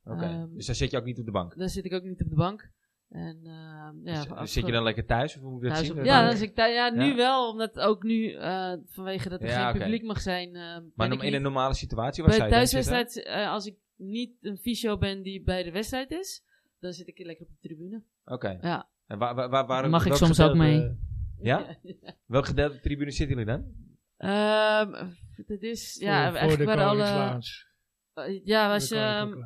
Oké. Ehm, dus dan zit je ook niet op de bank. Dan zit ik ook niet op de bank. En, ehm, ja, Dus- afgelopen- dus zit je dan lekker thuis? Of hoe moet ik dat thuis zien? op- Dat ja, dan- dan zit ik thuis. ja, nu Ja. wel, omdat ook nu eh, vanwege dat er Ja, geen oké. publiek mag zijn. eh, ben maar ik in niet- een normale situatie was Bij zij een thuiswedstrijd, eh, als ik niet een fysio ben die bij de wedstrijd is, dan zit ik lekker op de tribune. Oké. Ja. En waar, waar, waar, waarom- Mag ik welk soms ook gedeelte- mee? Ja? Welk gedeelte tribune zitten jullie dan? Ehm, dat is, Voor- ja, voor de eigenlijk waar alle... Koningslounge. Ja, Voor was ehm, de ehm, je Koninklijke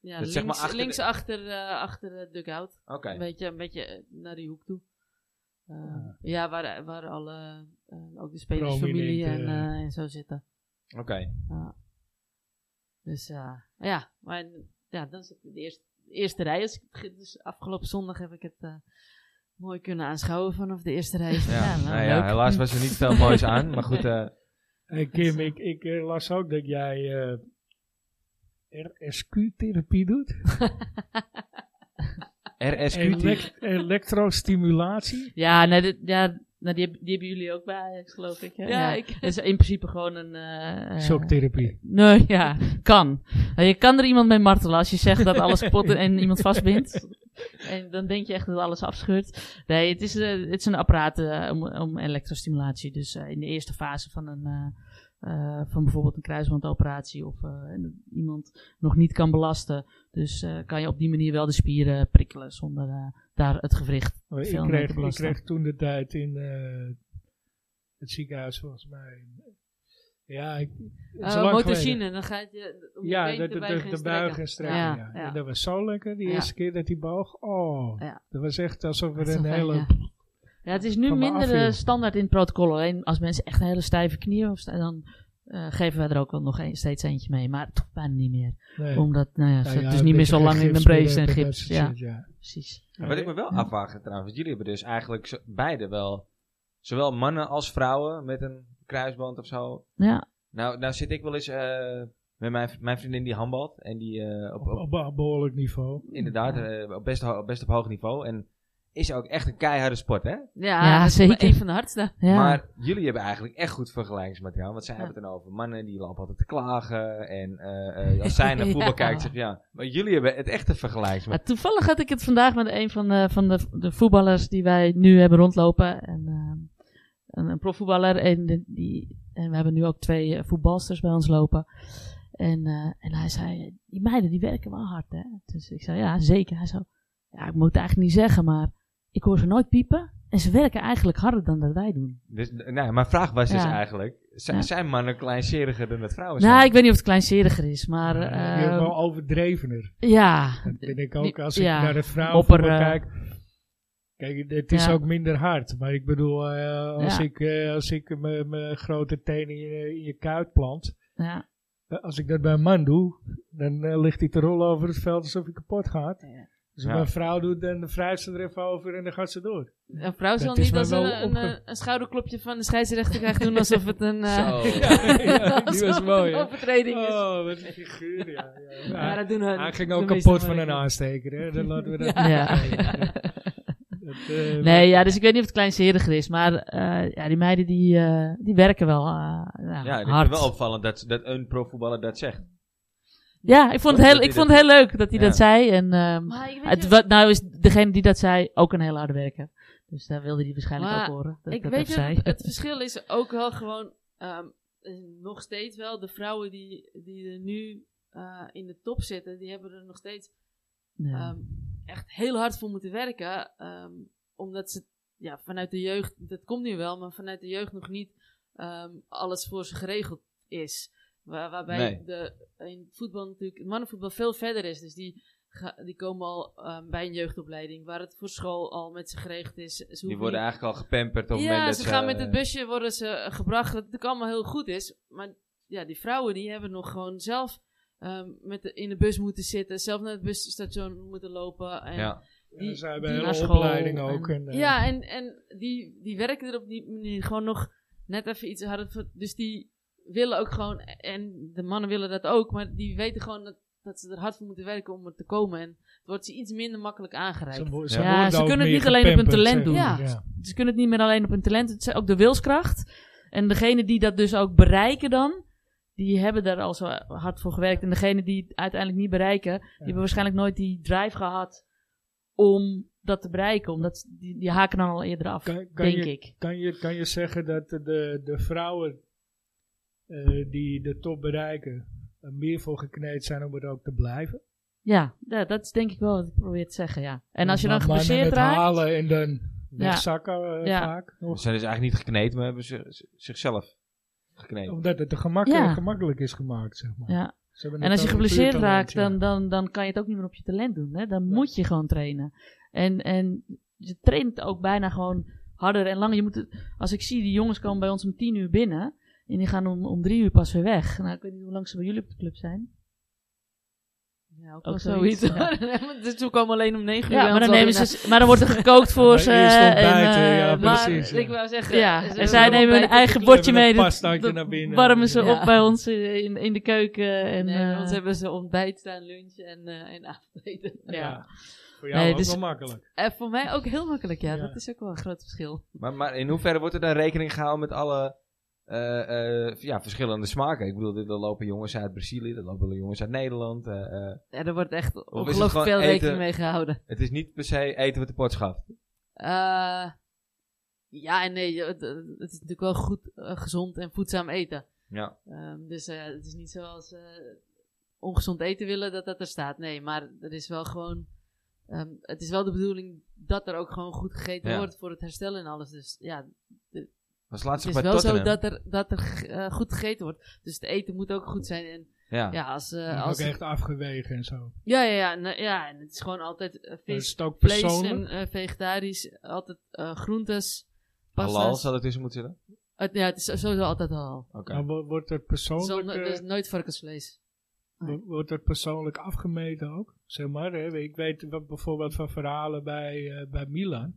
Lounge. ja, Dat links, zeg maar achter de- links achter, eh, achter de dugout. Oké. Een, beetje, een beetje eh, naar die hoek toe. Ehm, Ah. ja, waar, waar alle, eh, ook de spelersfamilie en, Prominente- eh, en zo zitten. Oké. Dus eh, ja, maar ja, dan zit ik de eerste, de eerste rij. Dus, ik- dus afgelopen zondag heb ik het eh, mooi kunnen aanschouwen vanaf de eerste rij. Ja. nou, nou ja, leuk. helaas was er niet veel moois aan. Maar goed, <laughs> eh, Hey Kim, ik, ik eh, las ook dat jij eh, RSQ-therapie doet. RSQT. Elek- elektrostimulatie. Ja, nee, dit- ja nou, die, heb- die hebben jullie ook bij Ajax, geloof ik. Hè? Ja, Ja. ik, <laughs> Dat is in principe gewoon een... eh, eh, Shocktherapie. Nee, ja, kan. Nou, je kan er iemand mee martelen als je zegt dat alles kapot en iemand vastbindt. en dan denk je echt dat alles afscheurt. Nee, het is, eh, het is een apparaat eh, om, om elektrostimulatie. Dus eh, in de eerste fase van, een, eh, eh, van bijvoorbeeld een kruisbandoperatie of eh, en iemand nog niet kan belasten. Dus eh, kan je op die manier wel de spieren prikkelen zonder eh, daar het gewricht. Maar Ik Veel kreeg, ik netenbelasting. kreeg toen de tijd in eh, het ziekenhuis, volgens mij. Ja, ik, het is eh, lang geleden. motormachine, dan ga je om je Ja, been de, te de, buigen de, en de strekken. buigen en strekken. Ja, Ja, En ja. dat was zo lekker, die Ja. eerste keer dat hij boog. Oh, Ja. dat was echt alsof Dat er is een wel fijn, hele... ja. Ja, het is nu Van me minder afviel. eh, standaard in het protocol. Alleen als mensen echt een hele stijve knieën of sta- dan eh, geven wij er ook wel nog een, steeds eentje mee. Maar toch bijna niet meer. nee. Omdat, nou ja, Nou het ja, is een niet meer beetje zo lang in de gips brace en dat gips. soort Ja, shit, ja. precies. En Wat ik me wel afwagen trouwens, jullie hebben dus eigenlijk zo- beide wel, zowel mannen als vrouwen met een kruisband of zo. Ja. Nou, nou zit ik wel eens eh, met mijn, mijn vriendin die handbalt en die eh, op, Op, op, op, op behoorlijk niveau. inderdaad eh, op best, ho- best op hoog niveau en is ook echt een keiharde sport hè. Ja, Ja, dat is maar zeker. Een van de hardste. Ja. Maar jullie hebben eigenlijk echt goed vergelijkingsmateriaal. Want zij Ja. hebben het dan over mannen die lopen altijd te klagen. En eh, eh, als zij <laughs> naar voetbal Ja. kijkt, zegt ja. Maar jullie hebben het echte vergelijkingsmateriaal. Ja, toevallig had ik het vandaag met een van eh, de, van de, de voetballers die wij nu hebben rondlopen. En, ehm, een, een profvoetballer. En, de- die, en we hebben nu ook twee eh, voetbalsters bij ons lopen. En, eh, en hij zei, die meiden die werken wel hard hè. Dus ik zei, ja zeker. Hij zei, ja ik moet het eigenlijk niet zeggen, maar ik hoor ze nooit piepen. En ze werken eigenlijk harder dan dat wij doen. Dus, eh, nou, ja, mijn vraag was dus Ja. eigenlijk: zi- Ja. zijn mannen kleinzeriger dan dat vrouwen zijn? Nou, ik weet niet of het kleinzeriger is, maar... Ja, ehm, je hebt wel overdrevener. ja, Dat ben ik die- ook. Als ik ja, naar de vrouwen mopper, eh, kijk. Kijk, het is ja. ook minder hard. Maar ik bedoel, eh, als, Ja. ik, eh, als ik mijn mijn grote tenen in, je- in je kuit plant. ja. eh, Als ik dat bij een man doe, dan eh, ligt hij te rollen over het veld alsof hij kapot gaat. Ja. Dus als Ja. mijn vrouw doet, dan wrijft ze er even over en dan gaat ze door. Een vrouw zal Dat is niet mij als wel een, een, opge- eh, een schouderklopje van de scheidsrechter krijgt doen alsof <laughs> het een, eh, Zo. <laughs> Ja, <laughs> die <laughs> alsof was het mooi. een hè? overtreding is. Oh, wat een figuur, ja. ja. Ja, Ja, dat doen hun- Hij ging de ook meeste kapot van mannen. een aansteker, hè. Dan laten we dat Ja. Ja. niet zeggen. <laughs> Dat, eh, Nee, ja, dus ik weet niet of het kleinzeriger is, maar eh, ja, die meiden die, eh, die werken wel eh, ja, ja, dat hard. is wel opvallend dat, dat een profvoetballer dat zegt. Ja, ik vond het Dat heel, hij dat ik vond het heel leuk dat hij Ja. dat zei. En, ehm, Maar ik weet het, je- wa- nou is degene die dat zei ook een heel harde werker. Dus daar wilde hij waarschijnlijk Maar ook horen. Dat ik ik dat weet even zei. je, het verschil is ook wel gewoon ehm, eh, nog steeds wel de vrouwen die, die er nu eh, in de top zitten, die hebben er nog steeds Ja. ehm, echt heel hard voor moeten werken. ehm, omdat ze ja, vanuit de jeugd, dat komt nu wel, maar vanuit de jeugd nog niet ehm, alles voor ze geregeld is. Waar- waarbij Nee. de, in voetbal natuurlijk, mannenvoetbal veel verder is. Dus die, ga- die komen al ehm, bij een jeugdopleiding, waar het voor school al met ze geregeld is. Ze hoeven Die niet- worden eigenlijk al gepamperd op het moment ja, dat ze gaan met eh, het busje worden ze eh, gebracht. Dat natuurlijk allemaal heel goed is. Maar ja, die vrouwen die hebben nog gewoon zelf ehm, met de, in de bus moeten zitten. Zelf naar het busstation moeten lopen. En Ja. die- ze hebben die een naar hele school opleiding en- ook. En, eh, Ja, en, en die, die werken er op die manier gewoon nog net even iets harder. voor- Dus die willen ook gewoon, en de mannen willen dat ook, maar die weten gewoon dat, dat ze er hard voor moeten werken om er te komen. En het wordt ze iets minder makkelijk aangereikt. wo- Ja, worden ze ook kunnen het meer niet alleen op hun gepamperd, talent zeg maar. doen. Ja. Ze kunnen het niet meer alleen op hun talent, het is ook de wilskracht. En degene die dat dus ook bereiken dan, die hebben daar al zo hard voor gewerkt. En degene die het uiteindelijk niet bereiken, die hebben waarschijnlijk nooit die drive gehad om dat te bereiken. Omdat die, die haken dan al eerder af, Kan, kan, denk je, ik. kan, je, kan je zeggen dat de, de vrouwen eh, die de top bereiken er meer voor gekneed zijn om er ook te blijven? Ja, da- dat is denk ik wel wat ik probeer te zeggen, ja. En als je dan Maar mannen geblesseerd het raakt... halen en dan wegzakken eh, Ja. vaak nog. Ze zijn dus eigenlijk niet gekneed, maar hebben ze- z- zichzelf gekneed. Omdat het te gemakkelijk, Ja. gemakkelijk is gemaakt, zeg maar. Ja. Ze hebben En het als je over geblesseerd puur talent, raakt, dan, dan, dan kan je het ook niet meer op je talent doen. Hè? Dan moet je gewoon trainen. En, en je traint ook bijna gewoon harder en langer. Je moet het- als ik zie, die jongens komen bij ons om tien uur binnen. En die gaan om, om drie uur pas weer weg. Nou, ik weet niet hoe lang ze bij jullie op de club zijn. Ja, ook, wel wel zoiets. zoiets, ja. <laughs> dus toen komen alleen om negen uur. Ja, bij maar ons dan, nemen alweer ze, maar dan wordt er gekookt voor Maar ze. eerst en, ontbijten, eh, ja, maar- naar- Maar Precies, ja. ik wou zeggen... Ja, ze- en ze zij hebben neemen hun ontbijt op eigen Ze bordje hebben mee. een dat- pastaatje dat naar binnen. warmen ze Ja. op bij ons eh, in, in de keuken. En, Nee, bij ons eh, hebben ze ontbijt en lunch en, eh, en avondeten. Ja. Ja. Voor jou Nee, ook dus- wel makkelijk. En voor mij ook heel makkelijk, ja. Ja. Dat is ook wel een groot verschil. Maar, maar in hoeverre wordt er dan rekening gehouden met alle eh, eh, ja, verschillende smaken? Ik bedoel, er lopen jongens uit Brazilië, er lopen jongens uit Nederland. eh, eh. Ja, er wordt echt gewoon ongelooflijk veel eten? rekening mee gehouden. het is niet per se eten wat de pot schaft. Eh, ja en nee, het, het is natuurlijk wel goed eh, gezond en voedzaam eten. Ja. Ehm, dus eh, het is niet zoals eh, ongezond eten willen dat dat er staat. Nee, maar er is wel gewoon... ehm, het is wel de bedoeling dat er ook gewoon goed gegeten Ja. wordt voor het herstellen en alles. Dus ja, Maar slaat het zich is bij wel Tottenham. zo dat er, dat er ge- eh, goed gegeten wordt. Dus het eten moet ook goed zijn. En ja. ja, als... eh, Wordt als ook echt afgewegen en zo. Ja, ja, ja, nou, ja. En het is gewoon altijd eh, Dat vis, is het ook vlees persoonlijk. en eh, vegetarisch. Altijd eh, groentes, Halal pasta's. zal er tussen moeten zitten. Het- ja, het is sowieso altijd halal. Oké. Maar wo- wordt het persoonlijk, Zonder, eh, dus nooit varkensvlees. wo- wordt het persoonlijk afgemeten ook? Zeg maar, hè? ik weet wat- bijvoorbeeld van verhalen bij, eh, bij Milan.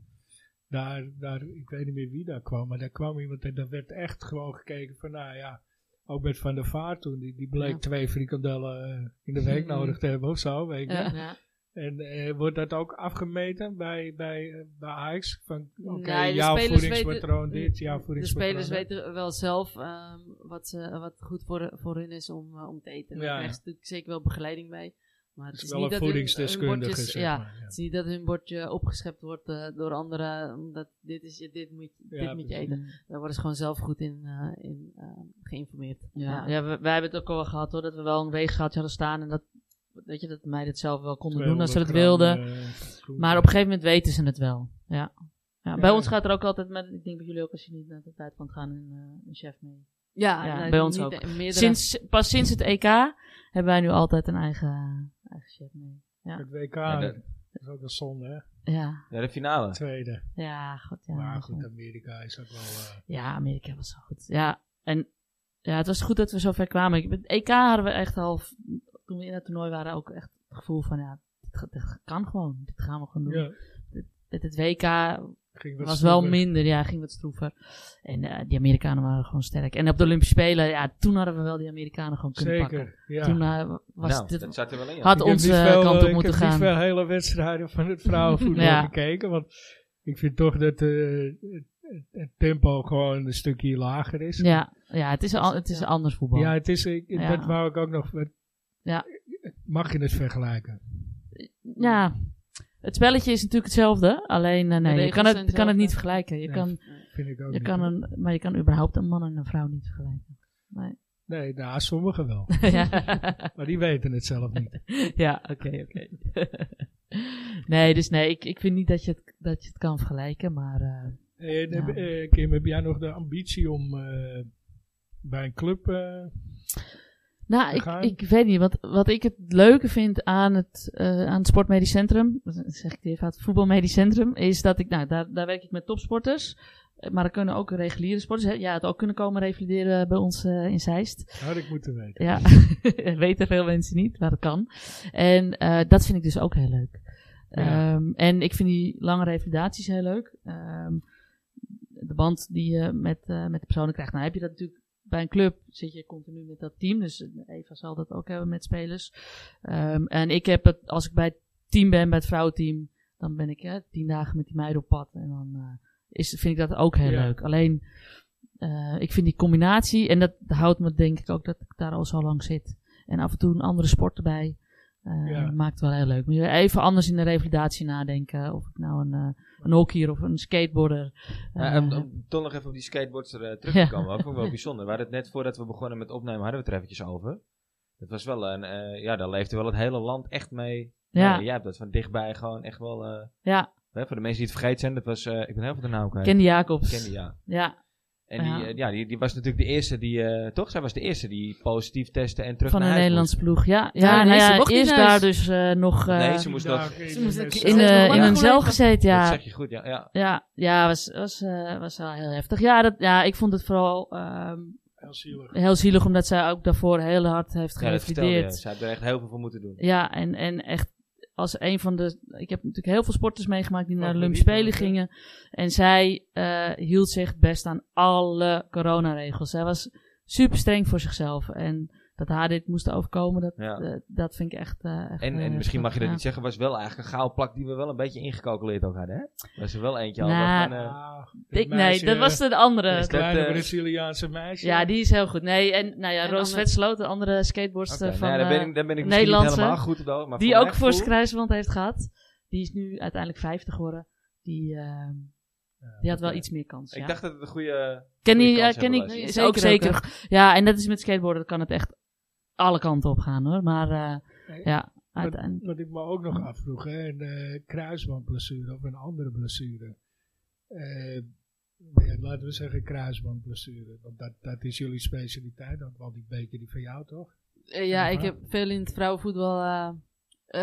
Daar, daar, ik weet niet meer wie daar kwam, maar daar kwam iemand en daar werd echt gewoon gekeken van, nou ja, ook met Van der Vaart toen, die, die bleek Ja. twee frikandellen eh, in de <laughs> week Mhm. nodig te hebben of zo, weet je. Ja. En eh, wordt dat ook afgemeten bij, bij, eh, bij Ajax? Van, oké, Nee, de jouw spelers voedingspatroon weten- dit, jouw De voedingspatroon spelers dat. weten wel zelf ehm, wat, ze, wat goed voor, voor hun is om, eh, om te eten. Ja, Daar krijgen ze natuurlijk zeker wel begeleiding bij. Maar het Het is, is wel dus niet een dat hun- hun voedingsdeskundige, bordjes- zeg ja, maar. ja. Het is niet dat hun bordje opgeschept wordt eh, door anderen. Omdat dit, is, je- dit moet, Ja, dit moet je precies. eten. Daar worden ze gewoon zelf goed in, eh, in eh, geïnformeerd. Ja, Ja. ja we- wij hebben het ook al wel gehad hoor. Dat we wel een weegschaatje hadden staan. En dat, weet je, dat meiden het zelf wel konden doen als ze dat 200 gram, wilden. eh, groente. maar op een gegeven moment weten ze het wel. Ja. Ja, bij Ja. ons gaat er ook altijd met, ik denk bij jullie ook als je niet naar de buitenland gaan, een, eh, een chef mee. Ja, Ja, nou, bij ons niet- ook. eh, meerdere- Sinds, pas sinds het EK hebben wij nu altijd een eigen, eigen chef mee. Het WK Ja, dat- dat is ook een zonde, hè? Ja, Ja, de finale. Tweede. ja, goed. Ja, maar goed, Amerika is ook wel... eh, Ja, Amerika was wel goed. Ja, en ja, het was goed dat we zo ver kwamen. Ik- Met EK hadden we echt al, toen we in het toernooi waren, ook echt het gevoel van, ja, dit, ga- dit kan gewoon. Dit gaan we gewoon doen. ja, Met het WK ging wat was wel sneller. minder, ja, ging wat stroever. En eh, die Amerikanen waren gewoon sterk. En op de Olympische Spelen, ja, toen hadden we wel die Amerikanen gewoon kunnen pakken. Zeker, ja. Toen eh, was nou, het, dat zat er wel in. ja. had Ik heb onze niet veel, kant eh, op moeten Ik heb gaan. niet veel hele wedstrijden van het vrouwenvoetbal Ja. gekeken. Want ik vind toch dat eh, het- het- het tempo gewoon een stukje lager is. Ja, ja, het is, al, het is Ja. anders voetbal. Ja, het is, ik, Ja. dat wou ik ook nog. het- Ja. Mag je het vergelijken? Ja, het spelletje is natuurlijk hetzelfde. Alleen, eh, nee, je regels kan zijn het, kan het hetzelfde. niet vergelijken. Je Nee, kan, Vind ik ook je niet. kan een, maar je kan überhaupt een man en een vrouw niet <laughs> vergelijken. Nee, nou, <laughs> sommigen wel. ja, maar die weten het zelf niet. ja oké, oké. <laughs> Nee, dus nee, ik, ik vind niet dat je het, dat je het kan vergelijken, maar... eh, Eh, dan Ja. heb- eh, Kim, heb jij nog de ambitie om eh, bij een club... eh, Nou, ik, gaan? ik weet niet. Wat, wat ik het leuke vind aan het, eh, aan het Sportmedisch Centrum, dat zeg ik het even, het Voetbalmedisch Centrum, is dat ik, nou, daar, daar werk ik met topsporters. eh, Maar er kunnen ook reguliere sporters, hè, ja, het ook kunnen komen revalideren bij ons eh, in Zeist. had ik moeten weten. Ja, <laughs> weten veel mensen niet, maar dat kan. En eh, dat vind ik dus ook heel leuk. Ja. Ehm, en ik vind die lange revalidaties heel leuk. Ehm, de band die je met, eh, met de personen krijgt. Nou heb je dat natuurlijk bij een club, zit je continu met dat team. Dus eh, Eva zal dat ook hebben met spelers. Ehm, en ik heb het, als ik bij het team ben, bij het vrouwenteam, dan ben ik eh, tien dagen met die meiden op pad. En dan eh, is, vind ik dat ook heel Ja. leuk. Alleen eh, ik vind die combinatie, en dat houdt me denk ik ook dat ik daar al zo lang zit. En af en toe een andere sport erbij. eh, Ja. Maakt het wel heel leuk. Moet je even anders in de revalidatie nadenken. Of ik nou een, eh een hockeyer of een skateboarder. Ja, eh, om, om toch nog even op die skateboards er, eh, terug te Ja. komen. Dat vond <laughs> ik wel bijzonder. We hadden het net voordat we begonnen met opnemen, hadden we het er eventjes over. Het was wel een, eh, ja, daar leefde wel het hele land echt mee. ja, Nou, jij hebt dat van dichtbij gewoon echt wel, eh, ja. hè, voor de mensen die het vergeten zijn, dat was, eh, ik ben heel veel de naam kwijt. Candy Jacobs. Candy, ja. Ja, En Ja. Die, eh, ja, die, die was natuurlijk de eerste die, eh, toch? Zij was de eerste die positief testte en terug van naar een huis Nederlandse ploeg. Ja, ja, Ja, nee, nou ze ja, mocht niet eerst naar daar huis. dus eh, nog moest. eh, Nee, ze moest Tien nog, dagen Ze moest ook de in, nog cel. eh, lang in een geleden. cel gezeten. dat Ja, zeg je goed, ja. ja. ja, ja was, was, eh, was wel heel heftig. Ja, dat, ja ik vond het vooral ehm, Heel zielig. heel zielig omdat zij ook daarvoor heel hard heeft Ja, dat vertelde je. gerevalideerd. Zij heeft er echt heel veel voor moeten doen. Ja, en, en echt als een van de. Ik heb natuurlijk heel veel sporters meegemaakt die Ook naar de weer Olympische niet, Spelen maar, gingen. En zij eh, hield zich best aan alle coronaregels. Zij was super streng voor zichzelf. En dat haar dit moest overkomen, dat, Ja. eh, dat vind ik echt. eh, echt En, eh, en misschien mag je dat ja. niet zeggen, was wel eigenlijk een gouden plak die we wel een beetje ingecalculeerd ook hadden, hè? Was er wel eentje al. Nou, waarvan, eh, Ah, Ik- nee, dat was de andere. is Het dat, kleine eh, Braziliaanse meisje. Ja, die is heel goed. Nee, en nou ja, En Roos Anne- Vetsloot, de andere skateboardster Oké, eh, van. nou ja, daar ben ik, daar ben ik misschien niet Nederlandse, helemaal goed op. door, Maar die voor ook mijn voor gevoel- zijn kruisband heeft gehad. Die is nu uiteindelijk 50 geworden. Die, ehm, die had wel oké. iets meer kans. ja. Ik dacht dat het een goede... Ken goede die, ja, kans ken ik, hebben Nee, is zeker ook zeker. ook, ja, en dat is met skateboarden, kan het echt alle kanten op gaan hoor. Maar eh, Nee. ja, Wat- uiteindelijk. Wat ik me ook nog afvroeg, hè, een eh, kruisbandblessure of een andere blessure. Eh, ja, laten we zeggen kruisbandblessure, want dat, dat is jullie specialiteit, want wel die beker die van jou toch? Eh, ja, Ja. ik heb veel in het vrouwenvoetbal eh,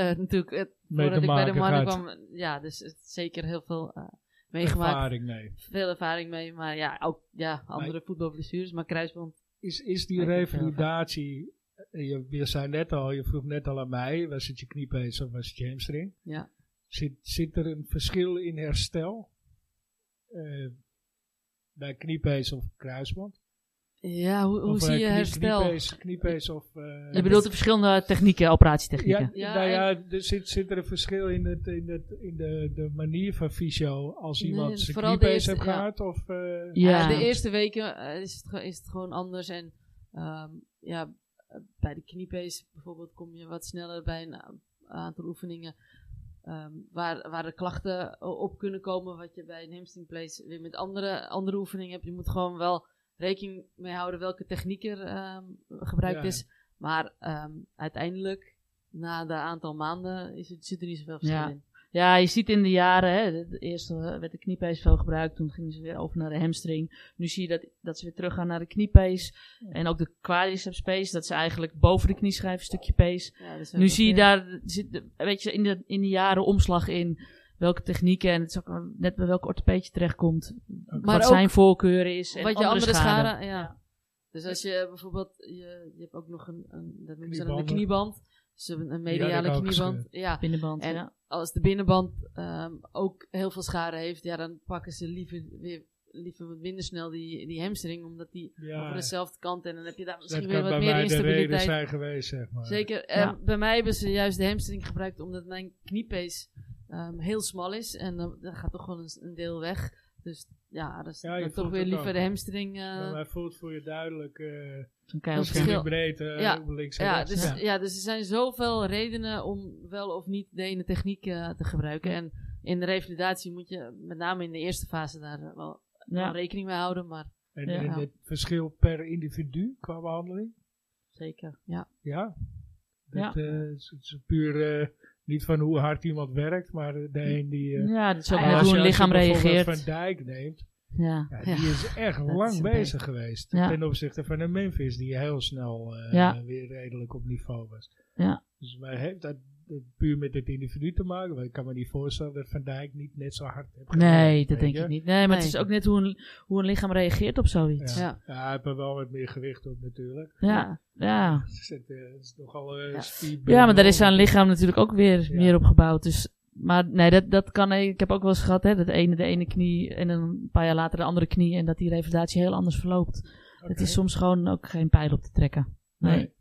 eh, natuurlijk. eh, Mee voordat te ik bij de maken mannen gehad. kwam. Ja, dus het is zeker heel veel eh, meegemaakt. Ervaring, nee. Veel ervaring mee. Maar ja, ook ja, andere voetbalblessures. Maar kruisband. Is, is die Ik heb het revalidatie, eh, je, je zei net al, je vroeg net al aan mij, was het je kniepees of was het je hamstring? Ja. Zit, zit er een verschil in herstel eh, bij kniepees of kruisband? Ja, hoe, hoe of, eh, zie je knie- herstel? Kniepees, kniepees of... eh, Je bedoelt de verschillende technieken, operatietechnieken. Ja, Ja, nou en- ja, er zit, zit er een verschil in, het, in, het, in de, de manier van fysio als Nee, iemand zijn vooral de kniepees eerste- heeft ja. gehad? Of, eh, Ja. Ja. de eerste weken eh, is, het, ge- is het gewoon anders. En ehm, ja, eh, bij de kniepees bijvoorbeeld kom je wat sneller bij een a- aantal oefeningen. ehm, waar, waar de klachten o- op kunnen komen, wat je bij een hamstring place weer met andere, andere oefeningen hebt. Je moet gewoon wel rekening mee houden welke techniek er ehm, gebruikt Ja. is. Maar ehm, uiteindelijk, na de aantal maanden, is het, zit er niet zoveel verschil Ja. in. Ja, je ziet in de jaren, hè, de- de eerst eh, werd de kniepees veel gebruikt, toen gingen ze weer over naar de hamstring. Nu zie je dat, dat ze weer teruggaan naar de kniepees. En ook de quadriceps pees, dat ze eigenlijk boven de knieschijf een stukje pees. Ja, dus Nu dat- zie je daar, zit, weet je, in de, in de jaren omslag in. Welke technieken en het is ook wel net bij welk orthopeetje terechtkomt. Maar wat ook- zijn voorkeur is. En wat je andere schade. schade. ja. Dus als je bijvoorbeeld, je, je hebt ook nog een, een dat noemen ze dan een Kniebanden. knieband. Dus een, een mediale heb ik ook knieband. gescheurd. Ja, Binnenband. En- ja. als de binnenband ehm, ook heel veel schade heeft, ja, dan pakken ze liever, weer, liever wat minder snel die, die hamstring, omdat die ja, van dezelfde kant en dan heb je daar dat misschien kan weer wat bij meer mij de reden instabiliteit. zijn geweest, zeg maar. Zeker, Ja. ehm, bij mij hebben ze juist de hamstring gebruikt omdat mijn kniepees ehm, heel smal is en dan dan gaat toch wel een, een deel weg. Dus ja, dat is Ja, je dan toch voelt weer het liever ook. de hamstring. eh, Maar hij voelt voor je duidelijk eh Zo'n verschil. keilscherm. verschil in breedte, eh, Ja. links en Ja, rechts. dus, ja. dus er zijn zoveel redenen om wel of niet de ene techniek eh, te gebruiken. En in de revalidatie moet je met name in de eerste fase daar eh, wel, wel Ja, rekening mee houden. Maar En, Ja. en het verschil per individu qua behandeling? zeker, ja. Ja. Ja. Dat eh, is, is puur eh, Niet van hoe hard iemand werkt, maar eh, de een die... eh, Ja, dat is ook Ah, net ja, als Mm. je- als hoe een je lichaam bijvoorbeeld reageert. Van Dijk neemt, Ja, ja, ja. die is echt is lang een bezig geweest. Ja. Ten opzichte van een Memphis die heel snel eh, Ja. weer redelijk op niveau was. Ja. Dus wij heeft dat eh, puur met het individu te maken. Want ik kan me niet voorstellen dat Van Dijk niet net zo hard heeft Nee, gewerkt, weet dat denk je. ik niet. Nee, maar het Nee. is ook net hoe een, hoe een lichaam reageert op zoiets. Ja. Ja, Ja. Ja, hij heeft er wel wat meer gewicht op natuurlijk. <laughs> ja. ja. Het is, het, eh, het is nogal eh Ja. speed maar daar is bundle. zijn lichaam natuurlijk ook weer Ja. meer op gebouwd. Dus, maar nee, dat, dat kan. Ik heb ook wel eens gehad hè, dat de ene de ene knie en dan een paar jaar later de andere knie. En dat die revalidatie heel anders verloopt. Het Oké. is soms gewoon ook geen pijl op te trekken. Nee. Nee.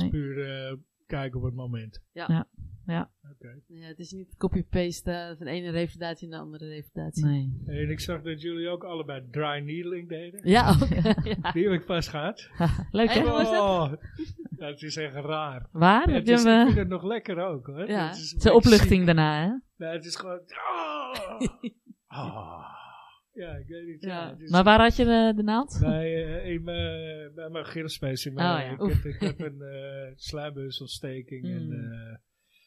nee. Puur eh, kijken op het moment. Ja. Ja. Ja. Oké. Ja, het is niet copy-paste eh, van de ene revalidatie naar de andere revalidatie. Nee. En ik zag dat jullie ook allebei dry needling deden. Ja, <laughs> ook. ja. Die heb ik pas gehad. Leuk hè? Echt? hoe is dat? Oh, dat is echt raar. Waar? Ja, Heb het je is, hem, ik eh, vind het nog lekker ook hoor. Ja, Het is Het is een ik zie- opluchting daarna, hè? Nou, het is gewoon... Ah. Ah. Oh, Ja, ik weet niet. Ja. Ja. het is- Maar waar had je eh, de naald? Bij, eh, in mijn, bij mijn gillspace. in mijn- Oh, ja. ik, Oef. heb, ik heb een eh slijmbeuzelsteking. En, Hmm. eh,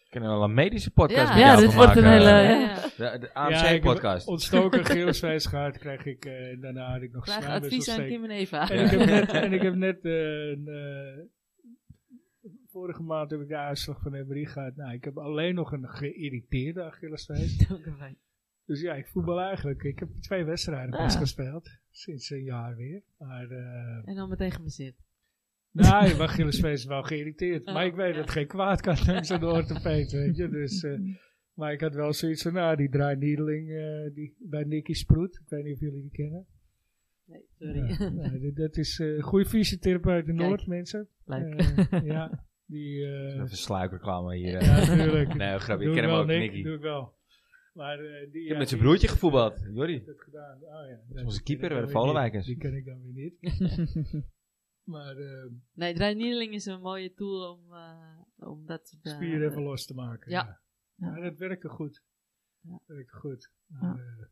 kunnen wel een medische podcast Ja, met ja, jou dit gaan wordt een maken. eh. hele- eh, Ja, ja. De, de ja, ik heb AMC-podcast. Ontstoken gillspace gehad kreeg ik. eh, en daarna had ik nog Vraag advies aan slijmbeuzelsteking. Kim en Eva. En ik heb net, en ik heb net eh, een, eh, vorige maand heb ik de uitslag van MRI gehad. Nou, ik heb alleen nog een geïrriteerde Achillesfeest. Dus ja, ik voetbal eigenlijk. Ik heb twee wedstrijden pas Ah. gespeeld. Sinds een jaar weer. Maar eh En dan meteen geblesseerd. nee, mijn Achillesfeest is wel geïrriteerd. Ah, maar ik weet dat geen kwaad kan dankzij de orthopeet, weet je. Dus, eh, maar ik had wel zoiets van, nou, die draainedeling eh, die bij Nicky Sproet. Ik weet niet of jullie die kennen. Nee, sorry. <laughs> Ja, nou, dit- dat is eh goede fysiotherapeut in Kijk. Noord, mensen. Leuk. <laughs> Eh, ja, die... eh Even sluikreclame hier. eh. ja, natuurlijk. Nee, grapje. Doe Ik ken hem wel, ook, Nick, Nicky. Doe ik wel. Maar, eh, Ik die, ja, heb met zijn die- broertje gevoetbald. Jordi. heeft het gedaan. Oh, ja. is Dat onze ken ik keeper bij dan de weer niet. Vollenwijkers. Die ken ik dan weer niet. <laughs> maar eh Nee, draanieling is een mooie tool om, eh, om dat soort, eh, spieren even los te maken. Ja. Ja. Maar dat werkte goed. Dat werkte goed. Maar, eh,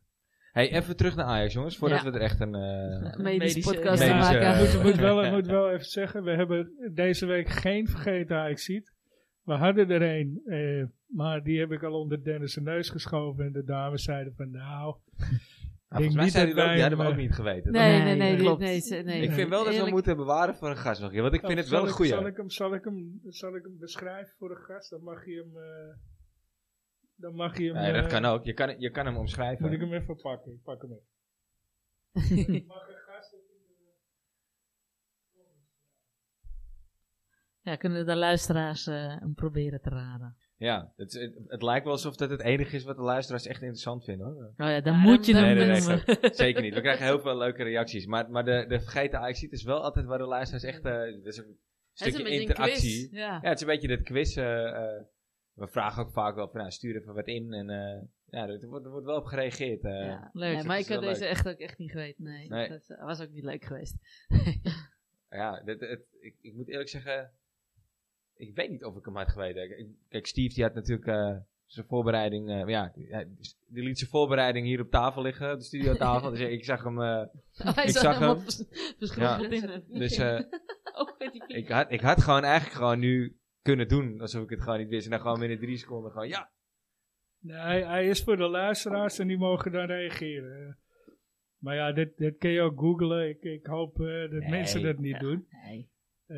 Hey, even terug naar Ajax, jongens. Voordat Ja. we er echt een... eh, medische Medische- podcast te ja. Medische, maken. eh, Ik moet wel, ik moet <laughs> wel even zeggen, we hebben deze week geen vergeten Ajaxiet. We hadden er een, eh, maar die heb ik al onder Dennis' neus geschoven. En de dames zeiden van nou, Nou, Denk volgens mij niet zei hij dat dat ook, wij ja, dat hem, hebben we ook eh, niet geweten. Nee, nee, Nee, nee. nee, dit- klopt. nee, ze- nee, ik nee. vind wel dat we Eerlijk- moeten bewaren voor een gast nog. ja, Want ik vind het wel Oh, zal een ik- goeie. Zal ik, hem, zal, ik hem, zal ik hem beschrijven voor de gast? Dan mag je hem... eh, dan mag je hem... Nee, dat eh, kan ook. Je kan, je kan hem omschrijven. Moet ik hem even pakken? Ik pak hem even. <laughs> Mag een gast... Ja, kunnen de luisteraars eh, hem proberen te raden. Ja, het, het, het lijkt wel alsof dat het enige is wat de luisteraars echt interessant vinden. Hoor. Nou ja, dan Ja, moet je dan- Nee, hem nee, nee, <laughs> noemen. zeker- zeker niet. We krijgen heel veel leuke reacties. Maar, maar de, de vergeten Ajax is wel altijd waar de luisteraars echt... eh dat is een Het is stukje een beetje een quiz. interactie. Ja. Ja, het is een beetje dat quiz. eh, eh, we vragen ook vaak wel van, nou, stuur even wat in. En eh, ja, er wordt, er wordt wel op gereageerd. eh. Ja. Leuk. Nee, Dat maar ik is had wel deze leuk. echt ook echt niet geweten. Nee, Nee. dat eh, was ook niet leuk geweest. Ja, dit- het- ik, ik moet eerlijk zeggen, ik weet niet of ik hem had geweten. Ik- ik- Kijk, Steve die had natuurlijk eh, zijn voorbereiding, eh, ja, die, hij- die liet zijn voorbereiding hier op tafel liggen, op de studiotafel. dus ik zag hem, eh, <laughs> Hij Ik zat zag helemaal hem. vers- verschrompeld in hem. <laughs> dus eh, Ook met die ik, had, ik had gewoon eigenlijk gewoon nu kunnen doen, alsof ik het gewoon niet wist. En dan gewoon binnen drie seconden gewoon, ja, Nee, hij, hij is voor de luisteraars en die mogen dan reageren. Eh, Maar ja, dit, dit kun je ook googlen. Ik, ik hoop eh, dat Nee. mensen dat niet doen. Eh,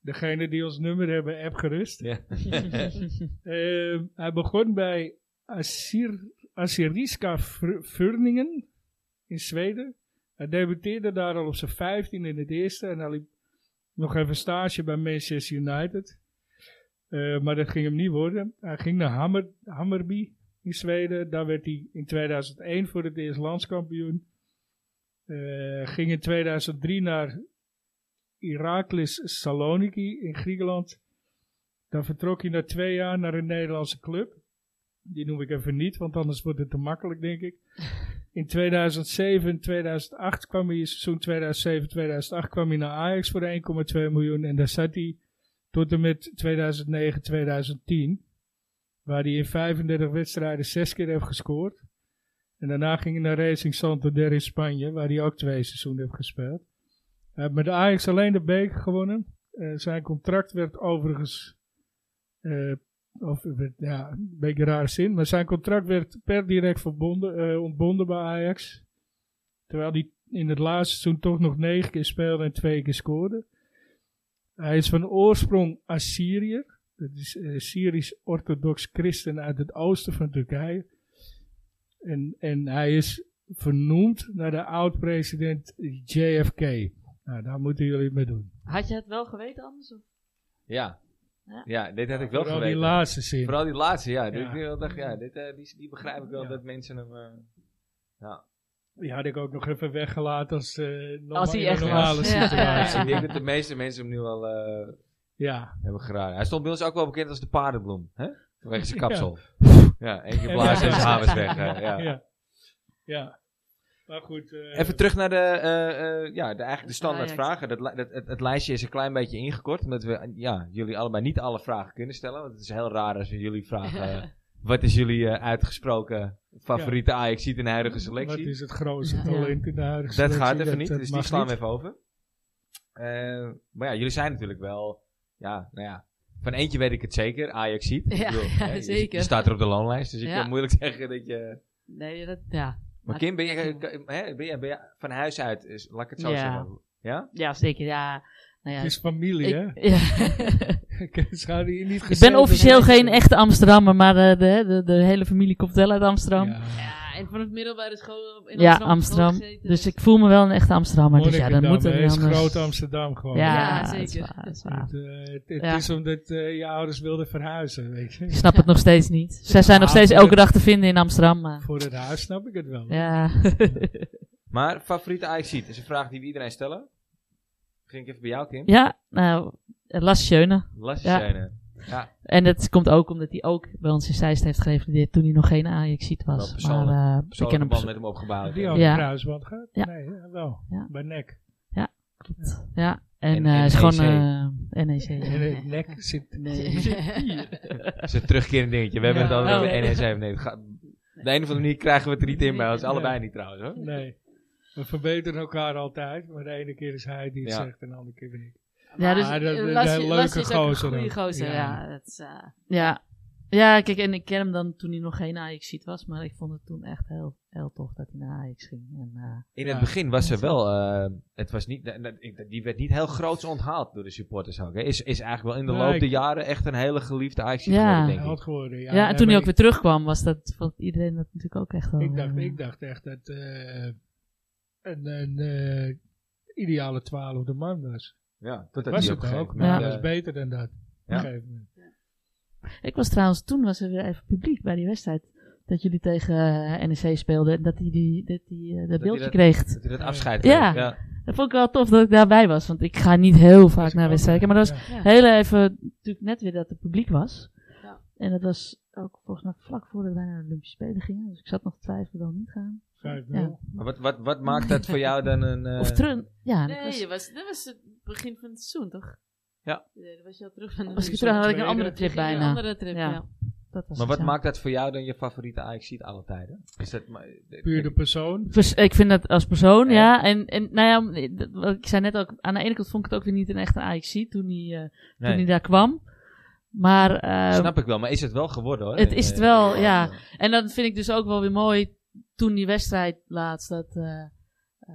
degene die ons nummer hebben, app gerust. Ja. <laughs> Eh, hij begon bij Assir, Assiriska Vr- Vurningen in Zweden. Hij debuteerde daar al op zijn 15 in het eerste. En hij liep nog even stage bij Manchester United. Eh, maar dat ging hem niet worden. Hij ging naar Hammer, Hammerby in Zweden. Daar werd hij in 2001 voor het eerst landskampioen. Eh, ging in 2003 naar Iraklis Saloniki in Griekenland. Daar vertrok hij na twee jaar naar een Nederlandse club. Die noem ik even niet, want anders wordt het te makkelijk, denk ik. In 2007 en 2008 kwam hij, seizoen 2007-2008 kwam hij naar Ajax voor 1,2 miljoen. En daar zat hij tot en met 2009-2010. Waar hij in 35 wedstrijden zes keer heeft gescoord. En daarna ging hij naar Racing Santander in Spanje, waar hij ook twee seizoenen heeft gespeeld. Hij heeft met Ajax alleen de beker gewonnen. Eh, zijn contract werd overigens eh, Of, werd- ja, een beetje een rare zin. Maar zijn contract werd per direct verbonden, eh, ontbonden bij Ajax. Terwijl hij in het laatste seizoen toch nog negen keer speelde en twee keer scoorde. Hij is van oorsprong Assyriër. Dat is eh, Syrisch-orthodox christen uit het oosten van Turkije. En, en hij is vernoemd naar de oud-president JFK. Nou, daar moeten jullie het mee doen. Had je het wel geweten anders? Of? Ja. Ja. Ja, dit had ik wel Vooral die geweten. laatste zin. Vooral die laatste, ja. Ja. Die, dacht, ja dit, eh, die, die begrijp ik wel Ja. dat mensen hem... eh, Die had ik ook nog even weggelaten als, eh, norma- Als hij in een echt normale was. Ja. situatie. Ja. ik denk dat de meeste mensen hem nu al eh, Ja, hebben geraden. Hij stond bij ons ook wel bekend als de paardenbloem. Hè? Vanwege <laughs> zijn kapsel. Ja, één keer En blazen en dan- zijn haar was weg. <laughs> hè, ja. ja. ja. Maar goed. eh, Even terug naar de, eh, eh, ja, de, eigenlijk de standaard Ajax. vragen. Dat, li- dat, het, het lijstje is een klein beetje ingekort. Omdat we eh, ja, jullie allebei niet alle vragen kunnen stellen. Want het is heel raar als we jullie <laughs> vragen... eh, wat is jullie eh, uitgesproken favoriete ajax in de huidige Wat selectie? is het grootste Ja. talent in de huidige Dat selectie? gaat even niet, dat dus die mag slaan we niet. even over. Eh, maar ja, jullie zijn natuurlijk wel... Ja, nou ja. Van eentje weet ik het zeker, Ajax ziet. Ja, ja, zeker. Je staat er op de loonlijst, dus ik Ja. kan moeilijk <laughs> zeggen dat je... Nee, dat, ja. Maar Kim, ben jij, eh, hè, ben jij, ben jij van huis uit, is, laat ik het zo Ja. zeggen. Ja? ja, zeker. Ja. Nou ja, Het is familie, hè? <laughs> ik, <laughs> ja. Ze hadden hier niet Ik ben gezeten. officieel geen echte Amsterdammer, maar eh, de, de, de hele familie komt wel uit Amsterdam. Ja, Ja. ja, en vanaf middelbare school in Amsterdam. Amsterdam. gezeten, Dus ik voel me wel een echte Amsterdammer. Dus ja, dan Monnikendam, moet het hè, niet is anders. groot Amsterdam gewoon. Ja, Ja, zeker. zeker. Het, eh, het- het Ja. is omdat eh, je ouders wilden verhuizen, weet Ik je. snap het nog steeds niet. Zij zijn nog Ja, steeds voor de- elke dag te vinden in Amsterdam. Maar, Voor het huis snap ik het wel. ja. Maar favoriete ajax is een vraag die we iedereen stellen. Ging ik even bij jou, Kim. eh, ja, nou, Las Schöne. Lastig Ja. zijn, hè. En dat komt ook omdat hij ook bij ons in Zeist heeft gerevalideerd toen hij nog geen Ajaxiet Wel was. persoonlijk- Maar eh, ik ken Persoonlijke hem band perso- met hem opgebouwd. Die En- ook Ja. naar Kruisband gaat? Ja. Nee, eh, wel. Ja. Bij <laughs> nek. Ja, En en eh, hij is NEC. gewoon eh, NEC. ja. <laughs> En het nek zit... E <laughs> Nee. Dat is een terugkerend dingetje. We hebben Ja. het altijd over Oh. de E NSF. Nee, het gaat- op de een of andere manier krijgen we het er niet in bij ons. Nee. Allebei niet trouwens, hoor. Nee. We verbeteren elkaar altijd, maar de ene keer is hij die het Ja. zegt en de andere keer ben ik. ja, dus Maar dat- eh, dat- Lassie- dat- leuke Lassie is ook gozer Een goede ook. gozer, Ja. ja. dat is, eh, Ja. Ja, kijk, en ik ken hem dan toen hij nog geen Ajaxiet was, maar ik vond het toen echt heel, heel tof dat hij naar Ajax ging. En, eh, In Ja. het begin was ze wel... eh, het was niet, eh, ik- die werd niet heel groots onthaald door de supporters ook. Hè. Is, is eigenlijk wel in de Nee, loop ik- der jaren echt een hele geliefde ajax Ja. geworden, denk Held ik. geworden. ja, Ja, nee, en toen hij maar ook weer terugkwam, was dat, vond iedereen dat natuurlijk ook echt wel. Ik dacht, eh, ik dacht echt dat eh, een, een eh, ideale twaalfde man was. Ja, Dat totdat was die het op een gegeven ook, maar moment, dat eh, was beter dan dat. Op Ja. een gegeven moment. Ik was trouwens, toen was er weer even publiek bij die wedstrijd. Dat jullie tegen eh, NEC speelden en dat hij die, dat die, eh, dat beeldje dat- kreeg. dat hij dat afscheid Ja. kreeg. Ja. Dat vond ik wel tof dat ik daarbij was, want ik ga niet heel vaak Dus naar ik wedstrijden. ook, Maar dat was ja. ja. heel even, natuurlijk net weer dat er publiek was. Ja. En dat was ook volgens mij vlak voordat wij naar de Olympische Spelen gingen. Dus ik zat nog te twijfelen wel niet gaan. 5-0. Ja. Maar wat, wat, wat maakt dat voor jou dan een... eh, Of terug. Ja, dat Nee, was, je was, dat was het begin van het seizoen, toch? Ja. Dan was je al terug van de was ik Olympische terug, had ik een tweede, andere Spelen. trip Ging je bijna. Een andere trip, Ja. ja. Dat was Maar het, wat ja. maakt dat voor jou dan je favoriete ajax alle tijden? Is dat... maar- Puur de persoon. Dus ik vind dat als persoon, Ja. ja. En, en nou ja, m- dat- wat ik zei net ook, aan de ene kant vond ik het ook weer niet een echte AXC toen hij, eh, toen hij Nee. daar kwam. Maar, eh, Snap ik wel, maar is het wel geworden hoor? Het In, is het eh, wel, in- ja. en dan vind ik dus ook wel weer mooi toen die wedstrijd laatst, dat eh, eh,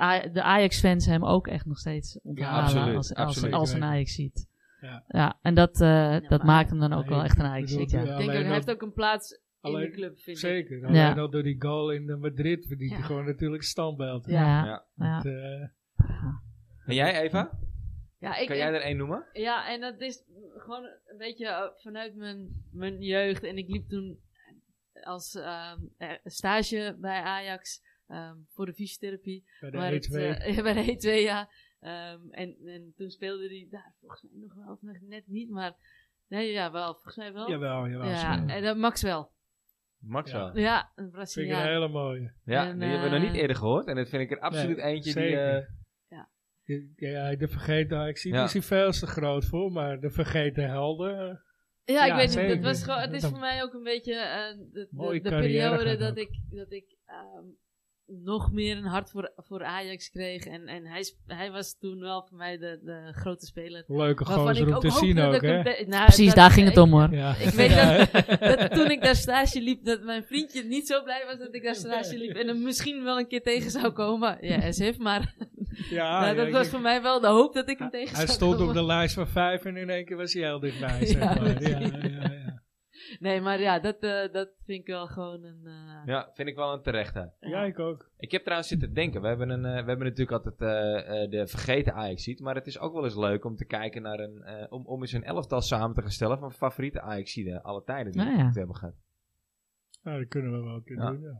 A- de Ajax-fans hem ook echt nog steeds onthalen absoluut, als, als, absoluut. als een Ajax ziet. Ja. en dat, eh, dat maar- maakt hem dan ook Nee, wel ik echt een Ajax bedoel, ziet. Ja. ja. Ik denk Alleen ook, hij dat- heeft ook een plaats in Alleen- de club, vind ik. Zeker. Alleen Ja. al door die goal in de Madrid verdient hij Ja. gewoon natuurlijk standbeeld. Ja. Ja. Ja. Want, eh, En jij Eva? Ja, ik, kan jij er één noemen? ja, en dat is gewoon een beetje eh, vanuit mijn, mijn jeugd. En ik liep toen als ehm, eh, stage bij Ajax ehm, voor de fysiotherapie. bij Maar de E 1-2. het, eh, <laughs> ja, bij de 1-2, ja. Ehm, en, en toen speelde hij daar volgens mij nog wel, of nog net niet, maar nee, ja, wel, volgens mij wel. jawel, jawel. ja, zeker. en dat Max wel. Max Ja. wel. Ja, een Vind ik een Braziliaan. hele mooie. Ja, En, die hebben we eh, nog niet eerder gehoord. En dat vind ik er absoluut Nee, eentje zeker. die... eh Je- Ja, de vergeten, ik zie, Ja. is hij veel te groot voor, maar de vergeten helden. eh, Ja, ik Ja, weet niet. zeker. Het, was gewoon, het is Dat- voor mij ook een beetje eh, de, de, Mooie de carrière periode gaat dat ook. ik, dat ik ehm, nog meer een hart voor, voor Ajax kreeg. En, en hij, sp- hij was toen wel voor mij de, de grote speler. Leuke Waarvan gozer ik om te hoopte zien dat ook, ik hè? hem de- nou, Precies, dat- daar ging ik- het om hoor. Ja. Ik weet dat, <laughs> <laughs> dat toen ik daar stage liep, dat mijn vriendje niet zo blij was dat ik daar stage liep. En hem misschien wel een keer tegen zou komen. Ja, SF, maar Ah, Ja, nou, ja, dat ik was denk- voor mij wel de hoop dat ik hem tegen Hij zou stond op komen. de lijst van vijf en in één keer was hij heel dichtbij, Ja, zeg maar. dat is- Ja, ja, ja. Nee, maar ja, dat, eh, dat vind ik wel gewoon een... eh, Ja, vind ik wel een terechte. ja, ik ook. Ik heb trouwens zitten denken. We hebben, een, eh, we hebben natuurlijk altijd eh, eh, de vergeten Ajax ziet. Maar het is ook wel eens leuk om te kijken naar een. eh, om, om eens een elftal samen te gaan stellen van favoriete Ajax alle tijden die Nou we ja. hebben gehad. Nou, dat kunnen we wel een keer Ja. doen, ja.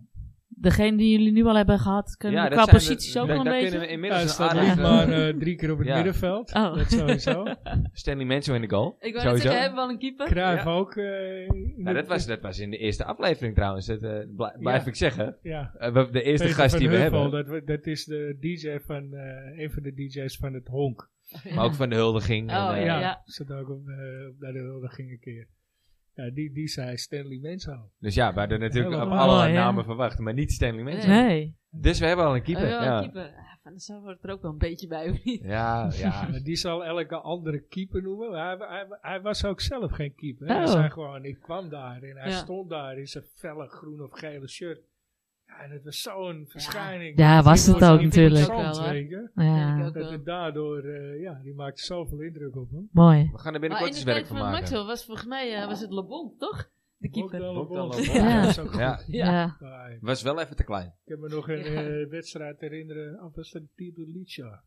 Degene die jullie nu al hebben gehad, kunnen we dat qua zijn de- posities da- ook wel een daar beetje. kunnen we Hij inmiddels een staat aardig... aardige- niet maar eh, eh, drie keer op het Ja. middenveld. Oh. Dat <laughs> sowieso. Stanley Menzo in de goal. ik wou net sowieso. zeggen, hebben we al een keeper? Cruijff ook. eh, in Nou, de- dat, was, dat was in de eerste aflevering trouwens. Dat eh, bla- blijf Ja. ik zeggen. Ja. Eh, we- de eerste Peter gast van die we Heuvel, hebben. Dat, we- dat is de DJ van, eh, een van de DJ's van het Honk. Maar ook van de huldiging. Oh, en, eh, ja, ja. zat ook op, eh, op naar de huldiging een keer. Ja, die, die zei Stanley Menzo. Dus ja, we hadden natuurlijk Heel op mooi, alle ja. namen verwacht, maar niet Stanley Menzo. Nee. Dus we hebben al een Oh, keeper. wel ja. een keeper. Ah, van de Sar wordt er ook wel een beetje bij, of niet? Ja, <laughs> ja. Maar die zal elke andere keeper noemen. maar Hij, hij, hij was ook zelf geen keeper. Hij Oh. zei gewoon, ik kwam daar en hij Ja. stond daar in zijn felle groen of gele shirt. Ja, en het was zo'n verschijning. Ja, Dat was is het ook natuurlijk. interessant, Ook wel, hè? weet je. Vind ik Ja, ook Dat wel. het daardoor, eh, ja, die maakte zoveel indruk op hem. mooi. We gaan er Maar binnenkort eens dus in de tijd werk van van maken. Maxwell was volgens mij eh, was het Lebon, toch? De keeper. Bogdan Bogdan Lebon. Lebon. Ja, Ja. dat is ook goed. Ja, Ja. Ja. Maar ik was wel even te klein. kan me nog een Ja. eh, wedstrijd herinneren. Of was dat Licha?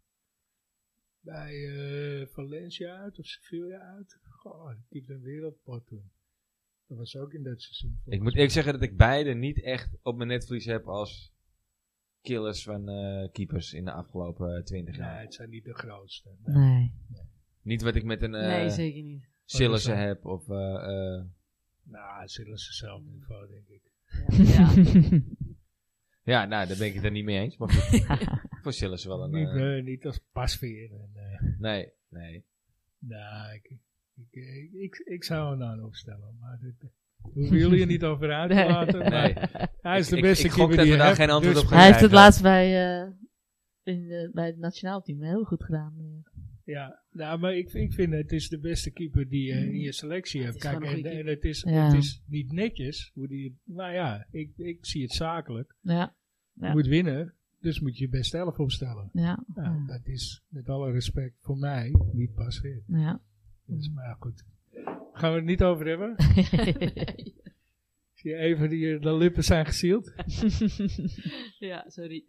Bij eh, Valencia uit of Sevilla uit. Goh, die keepte een wereldpot toen. Dat was ook in dat seizoen. Ik moet volgens mij. eerlijk zeggen dat ik beide niet echt op mijn netvlies heb als killers van eh, keepers in de afgelopen eh, twintig jaar. Nee, het zijn niet de grootste. Nee. Nee. Niet wat ik met een eh Nee, zeker niet. Sillissen Oh, dat heb of... eh, eh, Nou, het zullen ze zelf niveau, denk ik. Ja. ja, nou, daar ben ik het er niet mee eens. Maar goed, <laughs> voor Sillissen wel een... niet, eh, eh, niet als pasveer. En, eh, nee, <laughs> nee. nou, ik, ik, ik, ik, ik zou hem aan opstellen. Maar dit, eh, hoeven jullie er niet over uit te laten. maar nee. Hij is Ik- de ik- beste ik gok keeper dat die we je daar hebt, geen antwoord dus- op gaan <laughs> Hij heeft het krijgen. laatst bij, eh, in de- bij het nationaal team heel goed gedaan. Ja, nou, maar ik, ik vind het is de beste keeper die je in je selectie hebt. Mm. is Kijk, gewoon een en, goede en het, is, Ja. het is niet netjes. Hoe die, nou ja, ik, ik zie het zakelijk. Ja, Ja. Je moet winnen, dus moet je je beste elf opstellen. ja, Nou, Ja. Dat is met alle respect voor mij niet pas weer. ja. Dus, maar goed, gaan we het niet over <laughs> hebben. eh, <laughs> Zie je even die eh, de lippen zijn gezield. ja, sorry.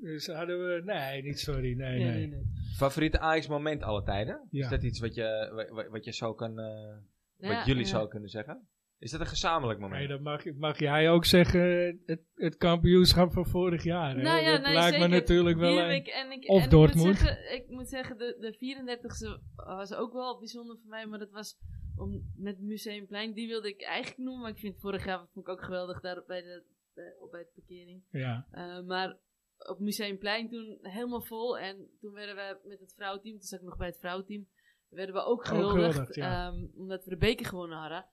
Dus hadden we, nee, niet sorry, nee, Ja, nee. nee, nee. Favoriete Ajax moment alle tijden? Ja. Is dat iets wat, je, wa- wa- wat, je zo kan, eh, Ja, wat jullie ja. zo kunnen zeggen? Is dat een gezamenlijk moment? <laughs> Nee, dat mag, mag jij ook zeggen, het, het kampioenschap van vorig jaar. hè? Nou ja, dat nee, lijkt me zeker. natuurlijk wel Die een... heb ik, en ik, of en Ik Dortmund. moet zeggen, ik moet zeggen de, de 34e was ook wel bijzonder voor mij, maar dat was om, met Museumplein. Die wilde ik eigenlijk noemen, maar ik vind vorig jaar vond ik ook geweldig daar bij de, bij- op bij de parkering. Ja, Eh, maar op Museumplein toen helemaal vol. En toen werden we met het vrouwenteam, toen zat ik nog bij het vrouwenteam, werden we ook gehuldigd. gehuldigd, ja. ehm, omdat we de beker gewonnen hadden.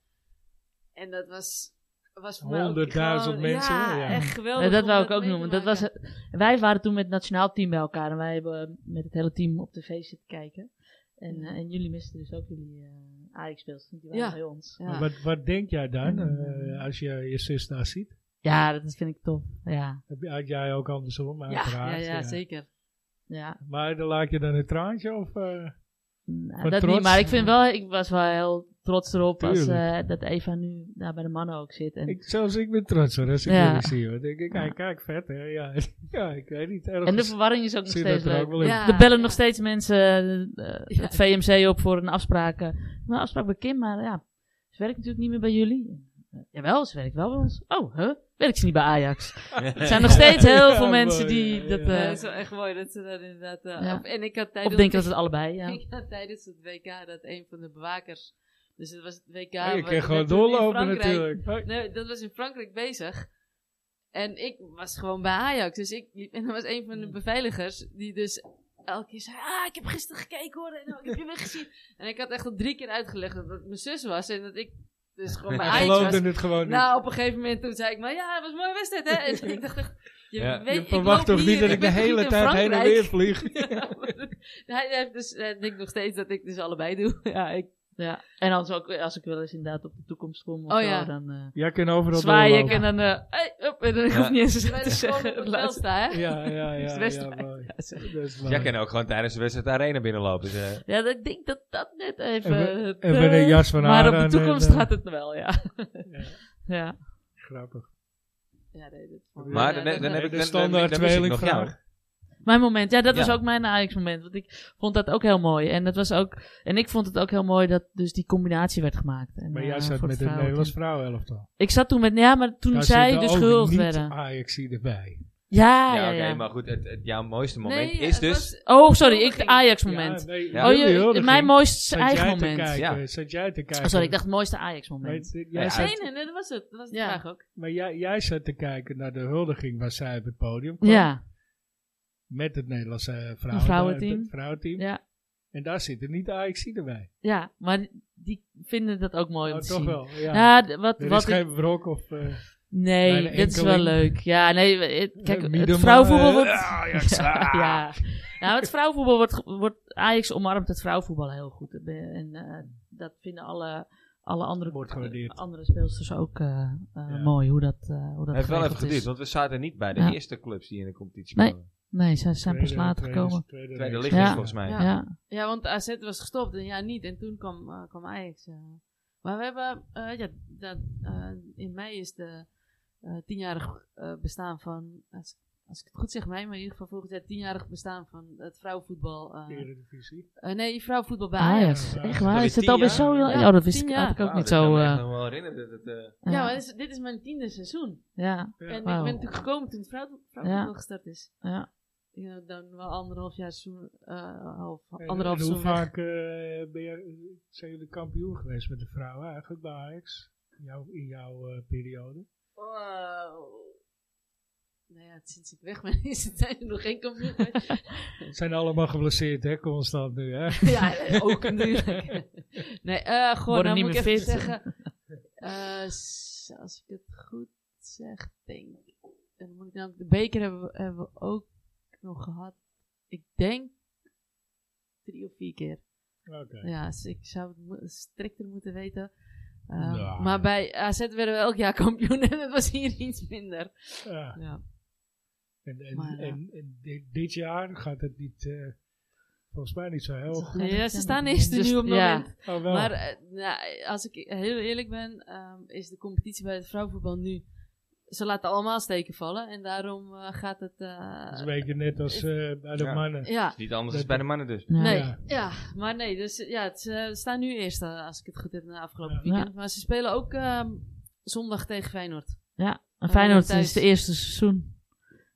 En dat was, was voor mij ook 100.000 gewoon- mensen, Ja, ja. echt geweldig. Nee, dat om wou ik ook mee te noemen. Dat was, maken. het- wij waren toen met het nationaal team bij elkaar. En wij hebben eh, met het hele team op tv zitten kijken. En, eh, en jullie misten dus ook jullie eh Ajax-speels. Die waren Ja. bij ons. Ja. Ja. Maar wat, wat denk jij dan eh, als je je zus daar ziet? dat is- vind ik tof. Ja, Heb je- Had jij ook andersom, ja, uiteraard. ja, zeker. ja. Maar dan laat je dan een traantje of... eh, Nou, Wat dat trots. niet, maar ik, vind wel, ik was wel heel trots erop als, Tuurlijk. eh, dat Eva nu daar bij de mannen ook zit. En, ik, zelfs ik ben trots hoor, als ik Ja. jullie zie. hoor. denk ik, Ja. kijk, kijk, vet hè. Ja, <laughs> ja ik weet niet. Ergens en de verwarring is ook nog zit steeds dat er leuk. ook wel in. Ja. Er bellen nog steeds mensen eh, eh, Ja. het VMC op voor een afspraak. eh, nou, afspraak bij Kim, maar ja, ze werkt natuurlijk niet meer bij jullie. Eh, Jawel, ze werkt wel bij ons. Oh, huh? Werkt ze niet bij Ajax? Er zijn nog <laughs> steeds heel Ja, veel mooi, mensen die ja, dat... ja. eh, Ja, dat is wel echt mooi dat ze dat inderdaad... eh, Ja. op- en ik had of tijdens, denken dat <laughs> het allebei, ja. ik had tijdens het WK dat een van de bewakers... Dus het was het WK... Ja, je wat- kan dat gewoon toen in doorlopen Frankrijk- natuurlijk. Hoi. Nee, dat was in Frankrijk bezig. En ik was gewoon bij Ajax. Dus ik liep- en er was een van de beveiligers die dus elke keer zei: Ah, ik heb gisteren gekeken hoor. En oh, ik heb je weer gezien. En ik had echt al drie keer uitgelegd dat het mijn zus was. En dat ik Dus <laughs> gewoon bij Hij Ajax was- geloofde het gewoon niet. Nou, op een gegeven moment toen zei ik maar, ja, het was een mooie wedstrijd, hè? En ik dacht echt, je Ja. weet, je ik verwacht loop toch hier, niet dat ik de ben toch hele niet in tijd heen en Frankrijk? weer vlieg? <laughs> Ja, maar dat- hij hij heeft dus, hij denkt nog steeds dat ik dus allebei doe. Ja, ik, Ja. En als, ook, als ik wel eens inderdaad op de toekomst kom of Oh, zo, ja. dan... eh, Jij kan overal Zwaai ik doorlopen. en dan... eh hey, hup, en dan hoef ik Ja. niet eens <laughs> terwijl te ik gewoon zeggen. op het Laat- veld sta, hè? <laughs> Ja, ja, Dus ja. de rest ja, mooi. Ja, sorry. Dat is Jij mooi. kan ook gewoon tijdens de wedstrijd de arena binnenlopen. Dus, eh, Ja, dat- ik denk dat dat net even... Even- eh, even een jas van Maar op Haran de toekomst en, eh, gaat het wel, ja. Ja. <laughs> ja. Grappig. Ja, nee, dat- maar Ja, dan, dan, dat- heb ik de dan- dan- standaard dan mis ik nog tweelingvraag. jou. Mijn moment, ja, dat Ja. was ook mijn Ajax-moment. Want ik vond dat ook heel mooi. En, dat was ook, en ik vond het ook heel mooi dat dus die combinatie werd gemaakt. En, Maar eh, jij zat voor met het het Nederlands vrouwenteam. vrouwenelftal. Ik zat toen met, ja, maar toen Daar zij zitten dus ook gehuld niet werden. Ajaxie erbij. Ja, Ja, Ah, ja, oké, ja. maar goed, het, het- jouw mooiste moment Nee, is het dus... was- Oh, sorry, ik, Huldiging. Ajax-moment. Ja, nee, Ja. Oh, jullie je- huldiging. mijn mooiste Zat eigen jij te moment. Oh, kijken? Zat jij te kijken? Sorry, ik dacht het mooiste Ajax-moment. Weet- Ja, jij Nee, zat, nee, nee, dat was het. Dat was de Ja. vraag ook. maar jij, jij zat te kijken naar de huldiging waar zij op het podium kwam. Ja, Met het Nederlandse eh, vrouwen, Een vrouwenteam. het vrouwenteam. ja, En daar zitten niet de Ajaxie erbij. ja. Maar die vinden dat ook mooi Oh, om te toch zien. wel. Ja. Ja, d- wat, er wat is ik- geen brok of... eh, nee, kleine dit is wel enkeling. leuk. Ja, nee, we- het- kijk, eh, het Miedema, vrouwenvoetbal eh, wordt... Ajax, <laughs> Ja, ah. ja. Nou, het vrouwenvoetbal wordt, ge- wordt... Ajax omarmt het vrouwenvoetbal heel goed. En, eh, En eh, dat vinden alle, alle Wordt andere, gewaardeerd. andere speelsters ook eh, eh, Ja. mooi. Hoe dat, eh hoe dat Het heeft wel even geregeld is. geduurd, want we zaten niet bij de Ja. eerste clubs die in de competitie Nee. kwamen. Nee, ze zijn pas Tweede- later tweede- gekomen. Tweede, Tweede reeks. lichtjes Ja. volgens mij. Ja. Ja. Ja, want AZ was gestopt en ja, niet. En toen kwam, eh, kwam Ajax. eh. Maar we hebben, eh, ja, dat, eh, in mei is de eh, tienjarig eh, bestaan van, als, als ik het goed zeg, mei, maar in ieder geval volgend jaar tienjarig bestaan van het vrouwenvoetbal. eh, Eredivisie. eh, nee, vrouwenvoetbal bij Ah, Ajax. ja. ja. Echt Dat waar? is Is het tien alweer jaar. zo lang? Ja, Oh, dat wist tien ik, had ik Wauw, ook niet dat kan zo... me eh, echt nog wel herinneren. Dat het, eh, ja. Ja, maar dit is, dit is mijn tiende seizoen. Ja, Ja. En ik Wauw. ben natuurlijk gekomen toen het vrouwen- vrouwenvoetbal gestart is. ja. Ja, dan wel anderhalf jaar seizoen, eh, half, En- anderhalf en hoe seizoen. weg. vaak eh, ben je, zijn jullie kampioen geweest met de vrouwen eigenlijk bij Ajax? In jouw, in jouw eh, periode? Wow. Nou ja, sinds ik weg ben, <laughs> is het zijn er nog geen kampioen. <laughs> geweest. Ze zijn allemaal geblesseerd hè, constant nu hè? ja, nee, ook <laughs> natuurlijk. Nee, eh gewoon, Worden dan niet moet ik meer even fit. zeggen. eh, s- als ik het goed zeg, denk ik. Dan moet ik namelijk de beker hebben, we- hebben we ook nog gehad. Ik denk drie of vier keer. Oké. Ja, dus ik zou het mo- strikter moeten weten. Eh, Ja. Maar bij AZ werden we elk jaar kampioen <laughs> en het was hier iets minder. Ja. Ja. En, en, Maar, ja. eh, en, en di- dit jaar gaat het niet, eh, volgens mij niet zo heel goed. Ja, ze staan Dus- eerst nu op het ja. moment. Oh, wel. Maar eh, nou, als ik heel eerlijk ben, ehm, is de competitie bij het vrouwenvoetbal nu. Ze laten allemaal steken vallen en daarom eh, gaat het. eh, dat is een beetje net als eh, bij de Ja. mannen. is ja, niet anders dan bij de mannen dus. Ja. nee. Ja. Ja. maar nee, dus ja, het, ze staan nu eerst eh, als ik het goed heb na afgelopen Ja. weekend. Maar ze spelen ook ehm, zondag tegen Feyenoord. En Feyenoord Thuis. is het eerste seizoen.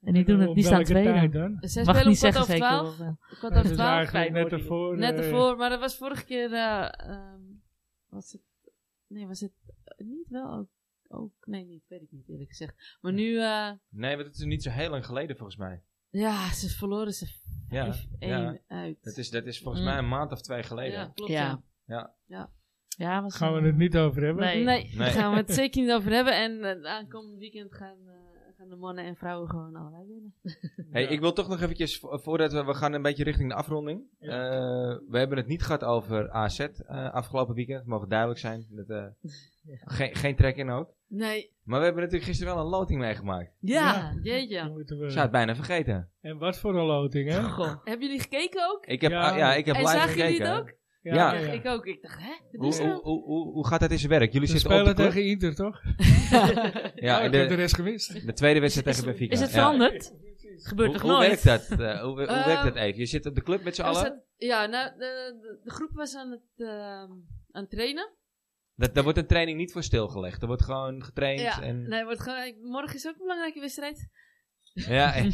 En die, doen Op het, die staan welke tijd tweede. dan? Ze Mag spelen om niet kwart zeggen over zeker. eh. twaalf. wel. Kwart Dat over is twaalf. eigenlijk net Feyenoord. ervoor. Net eh, ervoor, maar dat was vorige keer. eh, ehm, was het. Nee, was het eh, niet wel ook. ook nee, niet, weet ik niet eerlijk gezegd. Maar nu. eh, Nee, want het is niet zo heel lang geleden volgens mij. Ja, ze verloren ze 5-1 Ja, ja. uit. Dat is, dat is volgens Mm. mij een maand of twee geleden. ja, klopt. Ja. Ja. Ja, was Gaan we een- het niet over hebben? Nee. Nee, Nee. daar gaan <laughs> we het zeker niet over hebben. En eh, het aankomend weekend gaan, eh, gaan de mannen en vrouwen gewoon allebei winnen. Hey, Ja. Ik wil toch nog eventjes, vo- voordat we, we gaan een beetje richting de afronding. Ja. Eh, we hebben het niet gehad over AZ eh, afgelopen weekend. Het mogen duidelijk zijn. Dat, <laughs> eh, geen, geen trek in ook. Nee. Maar we hebben natuurlijk gisteren wel een loting meegemaakt. Ja, Ja. Dan jeetje. moeten we- Ik zou het bijna vergeten. En wat voor een loting, hè? Goh. Hebben jullie gekeken ook? Ik heb, Ja. ah, ja, ik heb En live zagen gekeken. jullie het ook? Ja. Ja, ik ook. Ik dacht, hè? Wat Hoe, is hoe, dat? hoe, hoe, hoe gaat dat in zijn werk? Jullie Ze zitten op de spelen club? tegen Inter, toch? Ja, Oh, en ik heb de de, rest gemist. de tweede wedstrijd <laughs> Is- tegen Benfica. Is het Ja. veranderd? Het gebeurt Hoe, toch hoe werkt nooit? dat? eh, hoe hoe Eh, werkt dat even? Je zit op de club met z'n Was allen. dat- Ja, nou, de, de, de groep was aan het, ehm, aan het trainen. Dat, daar wordt een training niet voor stilgelegd. Er wordt gewoon getraind. Ja, en, nee, wordt gewoon, morgen is ook een belangrijke wedstrijd. <laughs> ja, <laughs> en-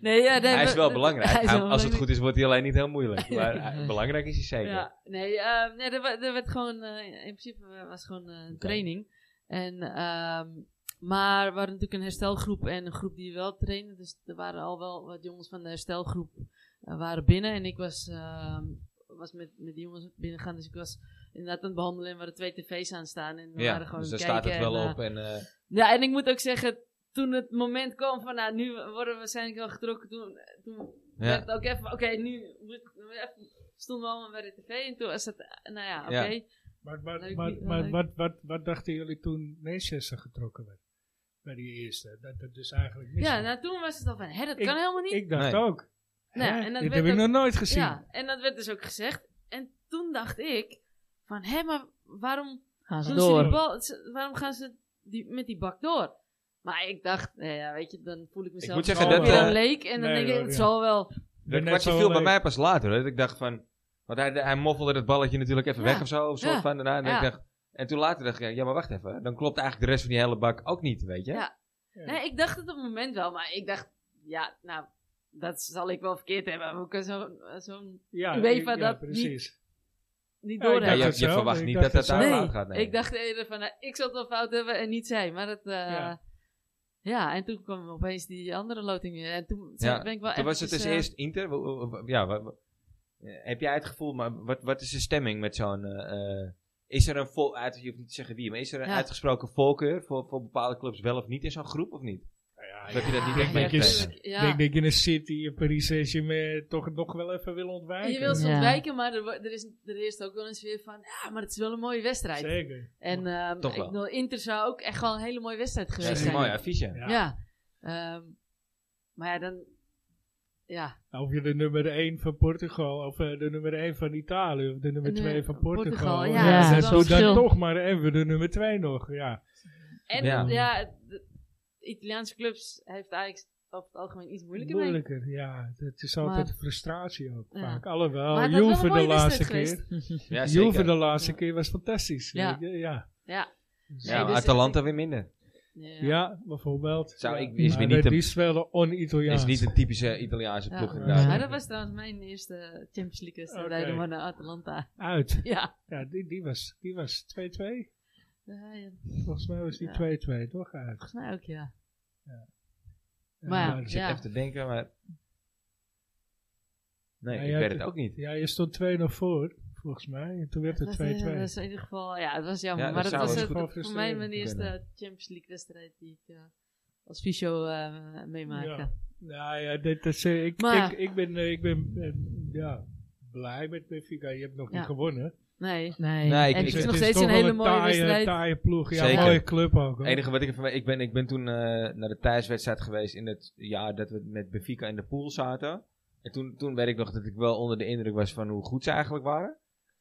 Nee, ja, nee, hij is we- wel de- belangrijk. hij is Hij- wel als het belangrijk. goed is, wordt hij alleen niet heel <laughs> moeilijk. Maar eh, belangrijk is hij zeker. Ja, nee, eh, nee er, wa- er werd gewoon, eh, in principe eh, was gewoon eh, een Oké. training. En, ehm, maar we waren natuurlijk een herstelgroep en een groep die wel trainde. Dus er waren al wel wat jongens van de herstelgroep eh, waren binnen. En ik was, ehm, was met, met die jongens binnengaan. Dus ik was inderdaad aan het behandelen en waren twee tv's aan staan. En we Ja, waren gewoon dus daar aan het staat het kijken wel en, eh, op. En, eh, ja, en ik moet ook zeggen, toen het moment kwam van, nou, nu worden we waarschijnlijk wel getrokken, toen, toen Ja. werd het ook even, oké, nu moet- moet even- stonden we allemaal bij de tv en toen was het, eh, nou ja, oké. Ja. Maar, maar, Leuk, maar, niet maar leuk. wat, wat, wat dachten jullie toen Manchester getrokken werd? Bij die eerste. Dat het dus eigenlijk mis Ja, was. nou toen was het al van, hè, dat Ik- kan helemaal niet. Ik dacht Nee. ook. Nou ja, Hè? en dat Dit werd heb ik ook- nog nooit gezien. Ja, en dat werd dus ook gezegd. En toen dacht ik van, hé, maar waarom Gaan ze doen ze door. die bal, ze- waarom gaan ze die, met die bak door? Maar ik dacht, nou ja, weet je, dan voel ik mezelf moet zeggen wel dat, weer eh, een leek. En dan nee, denk ik, hoor, het ja. zal wel. Dat Net kwartje zo viel bij leuk. mij pas later. Hoor. Dat ik dacht van... Want hij, hij moffelde dat balletje natuurlijk even Ja, weg of zo. Of soort ja, van, daarna. En, ik ja. dacht, en toen later dacht ik, ja, maar wacht even. Dan klopt eigenlijk de rest van die hele bak ook niet, weet je? Ja. Nee, ik dacht het op het moment wel, maar ik dacht, ja, nou, dat zal ik wel verkeerd hebben. Hoe kan zo'n zo Ja, UEFA ik- ja, dat precies. niet Ja, ik Ja, doorhebben? je, dacht het je zo, verwacht ik niet dat dacht dat het daar zo. fout gaat. nee. Ik dacht eerder van, nou, ik zal het wel fout hebben en niet zij. Maar dat, eh, ja. Ja. en toen kwam opeens die andere loting weer. En toen Ja, ben ik wel Toen was het dus eventjes, eh, eerst Inter. Wa- wa- wa- Ja, wa- wa- eh, heb jij het gevoel, maar wat, wat is de stemming met zo'n... eh, eh, is er een vol, uit, je hoeft niet te zeggen wie, maar is er een Ja. uitgesproken voorkeur voor, voor bepaalde clubs wel of niet in zo'n groep of niet? Nou ja, Dat je dat niet ja, echt ja, merkt. tuurlijk. ja. Ik denk dat ik in een city, in Paris Saint-Germain, toch nog wel even wil ontwijken. je wil ze Ja. ontwijken, maar er, wo- er is er is ook wel eens weer van, ja, maar het is wel een mooie wedstrijd. Zeker. En ehm, Toch ik wel. bedoel, Inter zou ook echt wel een hele mooie wedstrijd Dat geweest is Zeker. een zijn. mooi advies, ja. Ja. Ja. Ehm, maar ja, dan... Ja, Nou, of je de nummer 1 van Portugal, of eh, de nummer 1 van Italië, of de nummer Nee, 2 van Portugal, Portugal. ja, eh, dat is wel doe dan verschil. toch maar even de nummer 2 nog. Ja, En Ja. ja, de Italiaanse clubs heeft Ajax over het algemeen iets moeilijker mee. moeilijker. Ja, het is altijd Maar- frustratie ook Ja. vaak. Maar Alhoewel, het had wel Nou, Juve een de mooie laatste wedstrijd keer. ja Juve zeker. de laatste Ja. keer was fantastisch. Ja. weet je, ja. Ja. Ja, Nee, dus- Atalanta weer minder. Ja. Ja. bijvoorbeeld. Zou Ja. ik- is Maar weer niet die een- speelden on-Italiaans. is niet een typische Italiaanse Ja. ploeg Ja. inderdaad. Maar dat was trouwens mijn eerste Champions League wedstrijd bij de Oké. mannen Atalanta. <laughs> Uit. Ja. Ja, die, die was 2-2. Die was 2-2. Ja, ja, Volgens mij was die Ja. 2-2, toch? Uit. Volgens mij ook, ja. Ja, Maar ja, daar Ik is- zit Ja. even te denken, maar... Nee, Ja, ik ja, weet het- het ook niet. ja, je stond 2 nog voor, volgens mij. En toen werd Dat het 2-2. was, eh, dat is in ieder geval, ja, het was jammer. Ja, maar dat dat zou was wel het, eens goed voor mij mijn kunnen. eerste Champions League wedstrijd die ik eh, als fysio eh, meemaakte. Ja. Nou ja, dit is, eh, ik, Maar- ik, ik ben, eh, ik ben eh, ja, blij met Benfica. Je hebt nog Ja. niet gewonnen. Nee. Nee. Nee, ik, En ik- is het nog steeds toch een wel hele mooie taaie, wedstrijd. taaie ploeg. Ja, Zeker. mooie club ook. hoor. Het enige wat ik ervan weet, ik ben, ik ben toen eh, naar de thuiswedstrijd geweest in het jaar dat we met Benfica in de pool zaten. En toen, toen weet ik nog dat ik wel onder de indruk was van hoe goed ze eigenlijk waren.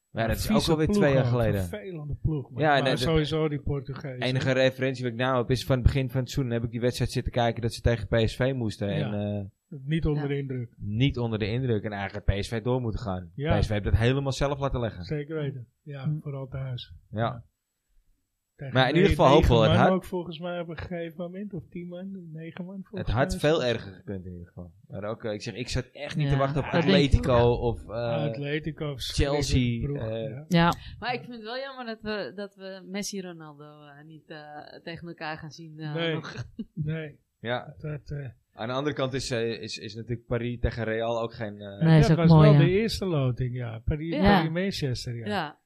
Maar ja, dat is ook Vieze alweer ploeg twee jaar ook, geleden. Vervelende ploeg. Man. Ja, maar nee, dat- sowieso die Portugees. De enige referentie die ik nou heb is van het begin van het seizoen heb ik die wedstrijd zitten kijken dat ze tegen PSV moesten. Ja. En eh, Niet onder de indruk. niet onder de indruk en eigenlijk had PSV door moeten gaan. Ja. PSV heeft dat helemaal zelf laten leggen. Zeker weten. Ja, Hm. vooral thuis. Ja. Tegen Maar in ieder ne- geval negen hoopvol, het man had- ook volgens mij op een gegeven moment. Of tien man, negen man volgens Het mij. had veel erger gekund in ieder geval. Maar ook, eh, ik zeg, ik zat echt niet te Ja, wachten op dat denk ik Atletico of... eh, Atletico. Chelsea, ploeg, eh, ja. Ja, Maar ik vind het wel jammer dat we, dat we Messi en Ronaldo eh, niet eh, tegen elkaar gaan zien. eh, Nee. nog. Nee, ja, dat, eh, Aan de andere kant is, eh, is, is natuurlijk Paris tegen Real ook geen... eh, nee, is dat ook was mooi. wel ja. de eerste loting, ja. Paris, Ja. Paris Manchester, ja. ja.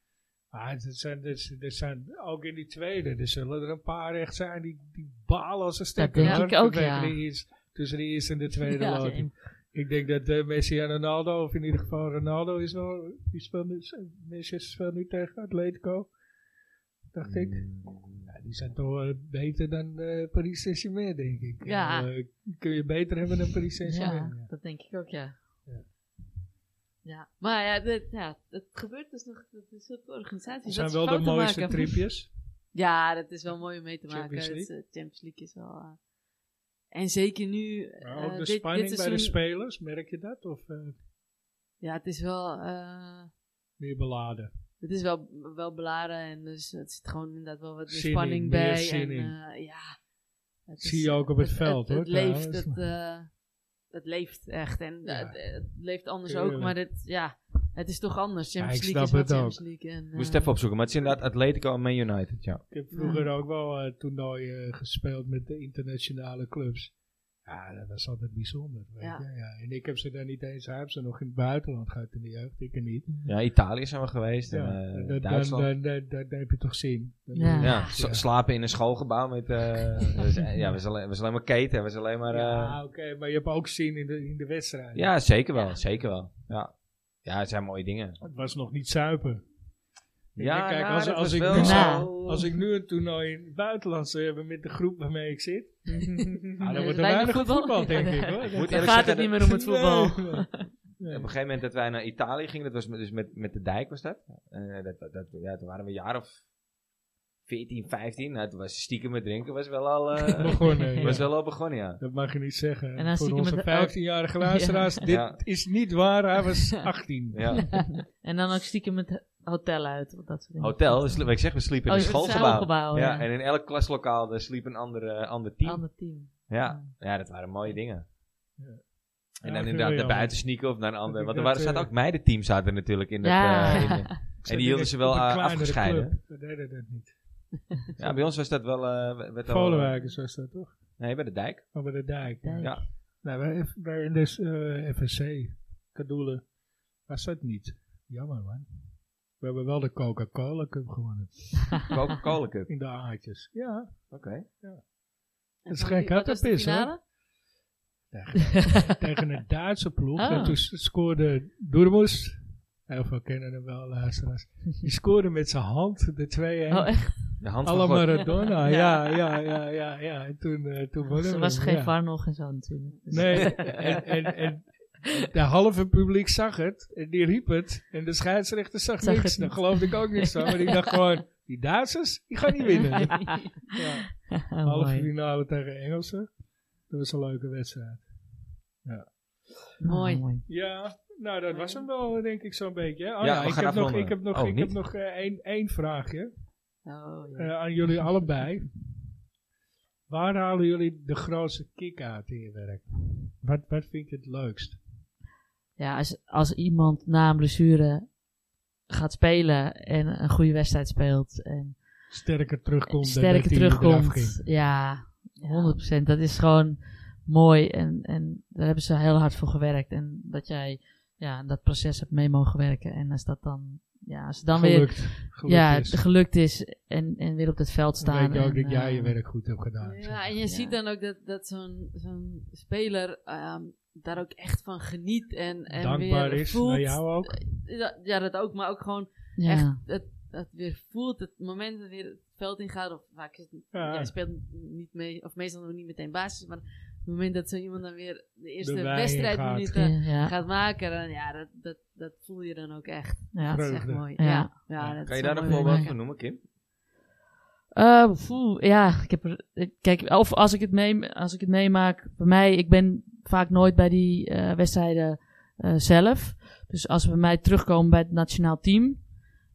Maar het zijn, er zijn- er zijn ook in die tweede, er zullen er een paar echt zijn die, die balen als een stekker. denk hoor, ik ook, vanwege ja. de eerste- tussen de eerste en de tweede Ja, loting. Ik denk dat eh, Messi en Ronaldo, of in ieder geval Ronaldo, is wel, die speelt nu, Messi speelt nu tegen Atletico, Hmm. dacht ik. mm, Ja, die zijn toch wel beter dan eh Paris Saint-Germain, denk ik. Ja. Eh, kun je beter hebben dan Paris Ja, Saint-Germain. ja. dat denk ik ook, ja. Ja. Ja, maar ja, dit, ja, het gebeurt dus nog, dat is zulke organisaties. Het zijn dat ze wel de fouten mooiste maken. <laughs> tripjes. Ja, dat is wel mooi om mee te maken. Champions Het, eh, Champions League is wel... eh, en zeker nu... Maar eh, ook de dit, spanning dit bij de seizoen- spelers, merk je dat? Of eh, Ja, het is wel... eh, meer beladen? het is wel, wel beladen en dus het zit gewoon inderdaad wel wat meer Zin in, spanning meer bij. zin en, in. eh, ja, het Zie is- je ook op het, veld, het, hoor. het leeft, trouwens. het, eh, het leeft echt. En Ja. het, het leeft anders ook, Tuurlijk. maar het, ja, het is toch anders. Champions ik League is snap wel het Champions League. En, moest het eh, even opzoeken. Maar het is inderdaad Atletico en Man United, ja. eh, Ik heb vroeger ook wel eh toernooien gespeeld met de internationale clubs. Ja, dat was altijd bijzonder. Weet Ja. Je? Ja. En ik heb ze daar niet eens. Hij heeft ze nog in het buitenland gehad in de jeugd. Ik er niet. Ja, Italië zijn we geweest. Ja, en, eh, dat- dan, Duitsland. dan, dan, dan- dan heb je toch zin. Dan- Ah, Ja. ja, s- slapen in een schoolgebouw met... <laughs> eh, we zijn- ja, we zijn alleen, we zijn alleen maar keten. We zijn alleen maar... eh, Ja, oké, maar je hebt ook zin in de, in de wedstrijd. ja, zeker wel. Zeker wel. Ja. ja, het zijn mooie dingen. Het was nog niet zuipen. Ja, kijk, ja, als- dat als was ik wel nu- Nou. zo- Als ik nu een toernooi in het buitenland zou hebben met de groep waarmee ik <laughs> zit, ah, dan wordt er Weinig weinig voetbal. voetbal, denk ik. Hoor. Ik moet Dan eerlijk gaat zeggen het dat- <laughs> niet meer om het voetbal. Nee. Op een gegeven moment dat wij naar Italië gingen, dat was met, dus met, met de dijk was dat. Eh, dat, dat, dat- ja, toen waren we een jaar of 14, 15. Nou, toen was stiekem met drinken was wel al, eh, <laughs> Begonnen, ja. <laughs> was wel al begonnen, ja. Dat mag je niet zeggen. En dan Voor stiekem onze met de- 15-jarige luisteraars, dit Ja. is niet waar. Hij <laughs> was 18. ja. En dan ook stiekem het hotel uit. want Dat soort dingen. Hotel, we slie- wat ik zeg, we sliepen Oh, in een het schoolgebouw. schoolgebouw, ja. ja. en in elk klaslokaal daar sliep een ander, eh, ander team. Ander team. ja. ja, dat waren mooie dingen. Ja. En dan Ja, ik inderdaad vind naar het wel buiten sneaken of naar een ander. ik Want er dat, waren, eh, zaten ook meidenteams zaten natuurlijk in dat... Ja. eh, <laughs> in de- en die hielden ze wel eh, afgescheiden. We deden dat niet. Ja, bij ons was dat wel... eh, werd al- Volenwijkers was dat toch? Nee, bij de dijk. Over de dijk. Dijk. Ja. Nou, wij, wij in de eh, FSC, Kadoelen, was dat niet. Jammer man. We hebben wel de Coca-Cola Cup gewonnen. Coca-Cola Cup. In de A'tjes. Ja. Oké. Dat is van gek, wie- hè, wat dat was de is, hoor. finale? Tegen <laughs> een Duitse ploeg. Oh. En toen s- scoorde Doermoes. Heel veel kennen hem wel, luisteraars. Die scoorde met zijn hand de 2-1. Oh, echt? De hand van Alla God. Maradona, ja, ja, ja, ja, ja. En toen, eh toen wonnen Er we was hem, geen ja. VAR nog en zo natuurlijk. Dus- <laughs> Nee, en, en, en de halve publiek zag het en die riep het. En de scheidsrechter zag, Zag niks. het Daar niet. geloofde ik ook niks van. Maar ik dacht gewoon, die Duitsers, die gaan niet winnen. <laughs> ja. Oh, Halve mooi. finale tegen Engelsen. Dat was een leuke wedstrijd. Mooi. Oh, Ja, nou dat was hem wel denk ik zo'n beetje. hè. Oh, Ja, ja, we ik, gaan heb nog, afronden. ik heb nog, Oh, ik niet? heb nog eh, één, één vraagje Oh, ja. eh, aan jullie allebei. Waar halen jullie de grootste kick uit in je werk? Wat, wat vind je het leukst? Ja, als, als iemand na een blessure gaat spelen en een goede wedstrijd speelt en Sterker terugkomt dan sterker dat hij eraf ging. terugkomt. Ja, 100%. Dat is gewoon mooi en, en daar hebben ze heel hard voor gewerkt. En dat jij ja, dat proces hebt mee mogen werken. En als dat dan, ja, als het dan weer gelukt, gelukt ja, is. gelukt is en, en weer op het veld Dan staan. weet je ook en, dat jij eh, je werk goed hebt gedaan. Ja, en je Ja. ziet dan ook dat, dat zo'n zo'n speler ehm, daar ook echt van geniet en, en Dankbaar weer is voelt. naar jou eh, ook. Ja, ja, dat ook, maar ook gewoon ja. echt het, het weer voelt, het moment dat weer het veld ingaat, of vaak is het, Ja. ja, je speelt niet mee, of meestal nog niet meteen basis, maar het moment dat zo iemand dan weer de eerste De wei wedstrijdminuten ja, gaat. ja, maken, dan, ja, dat, dat, dat voel je dan ook echt. ja. Dat is echt Vreugde. mooi. Ja. Ja. Ja, Ja. dat Kan is je daar zo een mooi voorbeeld werken. van noemen, Kim? Eh, poeh, ja, ik heb er, ik- kijk, of als ik het, mee, als ik het meemaak, bij mij, ik ben vaak nooit bij die eh, wedstrijden eh, zelf. Dus als we bij mij terugkomen bij het nationaal team,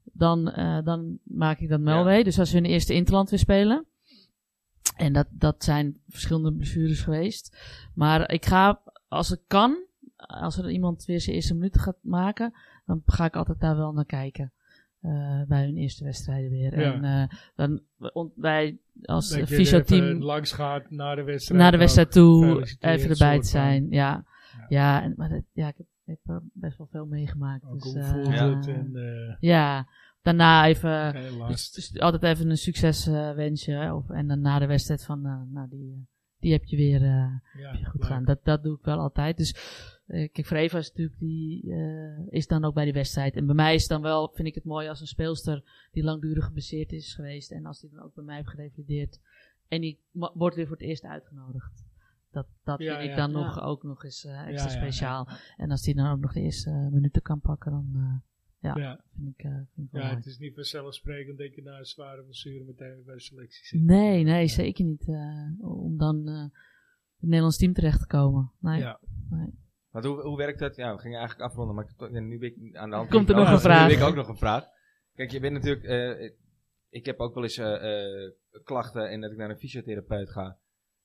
dan, eh, dan maak ik dat wel Ja. mee. Dus als we hun eerste interland weer spelen. En dat, dat zijn verschillende blessures geweest. Maar ik ga, als het kan, als er iemand weer zijn eerste minuten gaat maken, dan ga ik altijd daar wel naar kijken. eh, bij hun eerste wedstrijden weer. Ja. En eh, dan ont- wij als Dat je er even fysioteam langs gaat naar de wedstrijd. naar de ook. wedstrijd toe Gefeliciteerd, even erbij soort te van. zijn. Ja, Ja. ja. en, maar dat- ja ik heb, ik heb er best wel veel meegemaakt. Ook dus, hoe eh, voelt ja. het en eh daarna even geen dus, last. dus altijd even een succes eh, wensen. Of, en dan na de wedstrijd van, eh, nou die, eh, die heb je weer eh, ja, heb je goed leuk. gedaan. Dat, dat doe ik wel altijd. Dus eh, kijk, voor Eva is natuurlijk die, eh, is dan ook bij die wedstrijd. En bij mij is dan wel, vind ik het mooi als een speelster die langdurig geblesseerd is geweest. En als die dan ook bij mij heeft gerevalideerd. En die ma- wordt weer voor het eerst uitgenodigd. Dat, dat Ja, vind ik ja, dan ja. nog, ook nog eens eh, extra ja, ja. speciaal. En als die dan ook nog de eerste eh, minuten kan pakken, dan eh, Ja. vind ik, eh vind ik wel Ja, mooi. het is niet vanzelfsprekend dat je na een zware blessure meteen weer bij de selectie zit. Nee, nee, zeker niet. eh, om dan eh in het Nederlands team terecht te komen. Nee. Ja. Want hoe, hoe werkt dat? Ja, we gingen eigenlijk afronden, maar ik- ja, nu ben ik aan de hand. Komt er nog Ja, een vraag. Nu heb ik ook nog een vraag. Kijk, je bent natuurlijk... eh, ik heb ook wel eens eh, eh, klachten en dat ik naar een fysiotherapeut ga.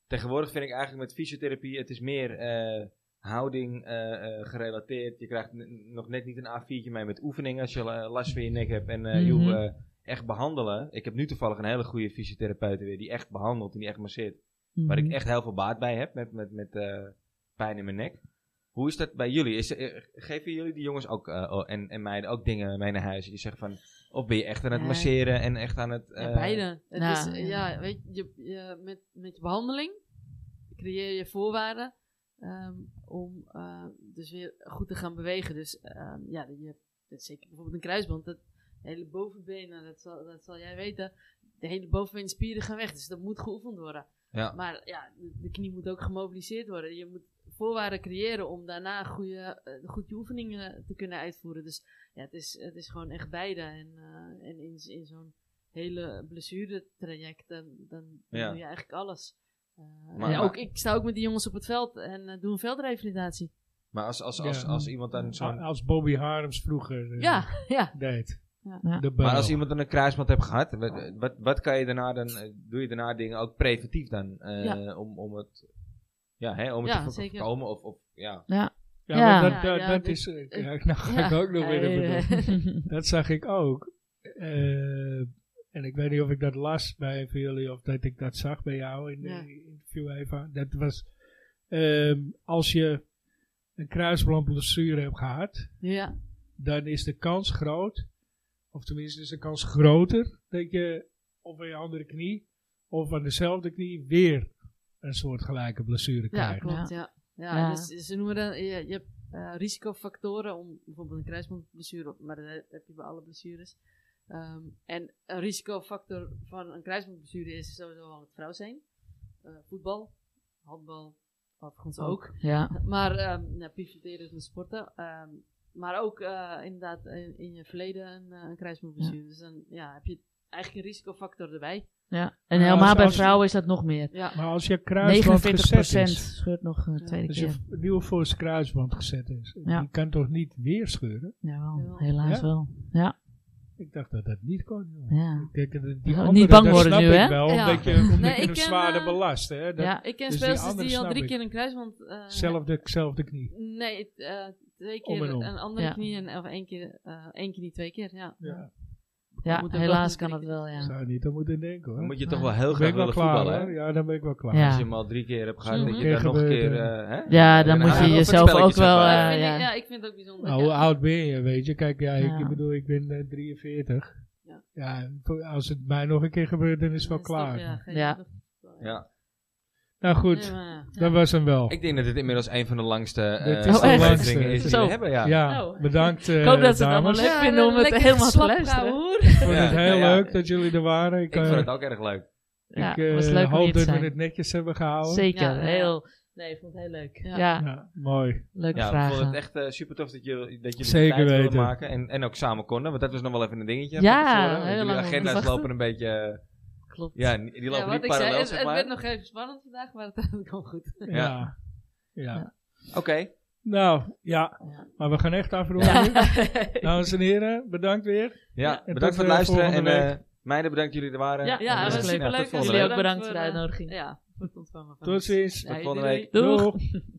Tegenwoordig vind ik eigenlijk met fysiotherapie, het is meer eh, houding eh, eh, gerelateerd. Je krijgt n- nog net niet een A4'tje mee met oefeningen als je la- last van je nek hebt. En eh, je Mhm. hoeft eh, echt behandelen. Ik heb nu toevallig een hele goede fysiotherapeut weer die echt behandelt en die echt masseert. Waar Mhm. ik echt heel veel baat bij heb met, met, met eh, pijn in mijn nek. Hoe is dat bij jullie? Is, eh, geven jullie die jongens ook, eh, oh, en, en meiden ook dingen mee naar huis? Je zegt van, of ben je echt aan het Ja. masseren en echt aan het... Ja, eh, beide. Het nou, is, eh, ja. ja. weet je, je- je- met, met je behandeling creëer je voorwaarden ehm, om eh, dus weer goed te gaan bewegen. Dus ehm, ja, dat je, dat is zeker bijvoorbeeld een kruisband, dat hele bovenbeen, nou, dat zal, dat zal jij weten, de hele bovenbeenspieren gaan weg. Dus dat moet geoefend worden. Ja. Maar ja, de, de knie moet ook gemobiliseerd worden. Je moet voorwaarden creëren om daarna goede, eh, goed je oefeningen te kunnen uitvoeren. Dus ja, het is, het is gewoon echt beide. En, eh, en in, z- in zo'n hele blessuretraject, dan, dan Ja. doe je eigenlijk alles. Eh, Maar- en ook, ik sta ook met die jongens op het veld en eh, doe een veldrevalidatie. <laughs> Maar als, als, als, Ja. als iemand dan Ah, A- zo'n... Als Bobby Harms vroeger eh, Ja, ja. deed. Ja. Ja. De Maar als bel. iemand dan een kruisband hebt gehad, wat, wat, wat kan je daarna dan... eh, Doe je daarna dingen ook preventief dan? eh, om, om het... Ja, hè, om het Ja, te vo- zeker. voorkomen of, of... Ja, Ja, maar Ja. dat, Ja, dat, ja, dat dit- is... eh, ja, nou ga ik ook nog weer even doen. Dat zag ik ook. Eh, en ik weet niet of ik dat las bij een van jullie of dat ik dat zag bij jou in de Ja. interview, Eva. Dat was ehm, als je een kruisbandblessure hebt gehad, Ja, dan is de kans groot, of tenminste is de kans groter, dat je of aan je andere knie of aan dezelfde knie weer een soortgelijke blessure ja krijgt. klopt. Ja. Ja, Ja. Dus, ze noemen dat, je, je hebt eh, risicofactoren om bijvoorbeeld een kruisbandblessure, op- maar dat heb je bij alle blessures. Ehm, en een risicofactor van een kruisbandblessure is sowieso al het vrouw zijn. Eh, voetbal, handbal, overigens ook. <laughs> ja. <laughs> Maar ehm nou, pivoteren is een sporten. ehm, maar ook eh, inderdaad in, in je verleden een, eh, een kruisbandblessure. Dus dan ja, heb je eigenlijk een risicofactor erbij. ja. En Maar helemaal als- bij als- vrouwen is dat nog meer. Ja, Maar als je 49% kruisband gezet is, scheurt nog een Ja. tweede als keer. Dus je nieuw voor zijn kruisband gezet is, Ja. die kan toch niet weer scheuren? Jawel, helaas Ja? wel. Ja. Ik dacht dat dat niet kon. joh. Ja. Ik denk dat die Niet andere, bang dat worden snap nu, ik hè? Wel, Ja. Omdat je, omdat Nee, je ik hem ken, zwaarder eh, belast. Hè? Dat, ja. ik ken Dus die spelers die, andere al snap drie ik. keer een kruisband... eh, zelfde, zelfde knie. Nee, het, eh, twee Om en keer om. een andere Ja. knie en of één keer, eh één knie twee keer, ja. Ja. ja, moeten wel helaas niet kan dat Eh, denken. wel, ja. Zou je niet aan moeten denken hoor. dan moet je Ja. toch wel heel Dan ben graag ik wel willen klaar voetballen, hè? hoor. Ja, dan ben ik wel klaar. Ja. Als je hem al drie keer hebt gehad, Mhm. dat je dan nog een keer... Gebeurt, eh. eh, hè? Ja, dan Ja, moet dan je gaan we jezelf wat ook spelletjes wel... aan Ja, eh, vind ja. Ik, ja, ik vind het ook bijzonder. Nou, hoe ja. oud ben je, weet je? Kijk, ja, ik Ja. bedoel, ik ben eh, 43. Ja. Ja, voor- als het mij nog een keer gebeurt, dan is het wel Dan stop klaar. je, geen- Ja. Ja. Nou goed, Nee, maar, ja. dat was hem wel. Ik denk dat dit inmiddels een van de langste eh, Dit is de langste. afleveringen is die Zo. we hebben. Ja. Ja, Oh. bedankt eh <laughs> Ik hoop dat ze het allemaal dames. leuk vinden om het lekker helemaal te geslap luisteren. houden, hoor. Ik vond het Ja, heel ja, ja. leuk dat jullie er waren. Ik, Ik eh, vond het ook erg leuk. Ja, ik, eh, was leuk om hier hoop te dat zijn. we het netjes hebben gehouden. Zeker, Ja, ja. heel... Nee, ik vond het heel leuk. Ja, Ja. Ja, mooi. leuke Ja, ik vragen. vond het echt eh, super tof dat, je, dat jullie Zeker tijd wilden weten. maken. En, en ook samen konden, want dat was nog wel even een dingetje. Ja, van tevoren, want heel jullie lang op agenda's wachten. lopen een beetje... eh, Klopt. ja, die die Ja, lopen wat niet ik zei, parallel, het, zeg het maar. werd nog even spannend vandaag, maar het <laughs> kwam goed. Ja. Ja. Oké, Nou, ja. Ja. Maar we gaan echt afronden. Dames en heren, bedankt weer. ja, Ja. bedankt tot, voor eh, het luisteren. En volgende eh meiden, bedankt dat jullie er waren. <laughs> Ja, En, ja, eh, dat was nou, leuk. tot Jullie volgende Jullie week. ook bedankt voor, voor de eh, uitnodiging. Ja, voor het ontvangen van Tot ons. ziens. Tot Ja, volgende doei, week. Doeg. Doeg.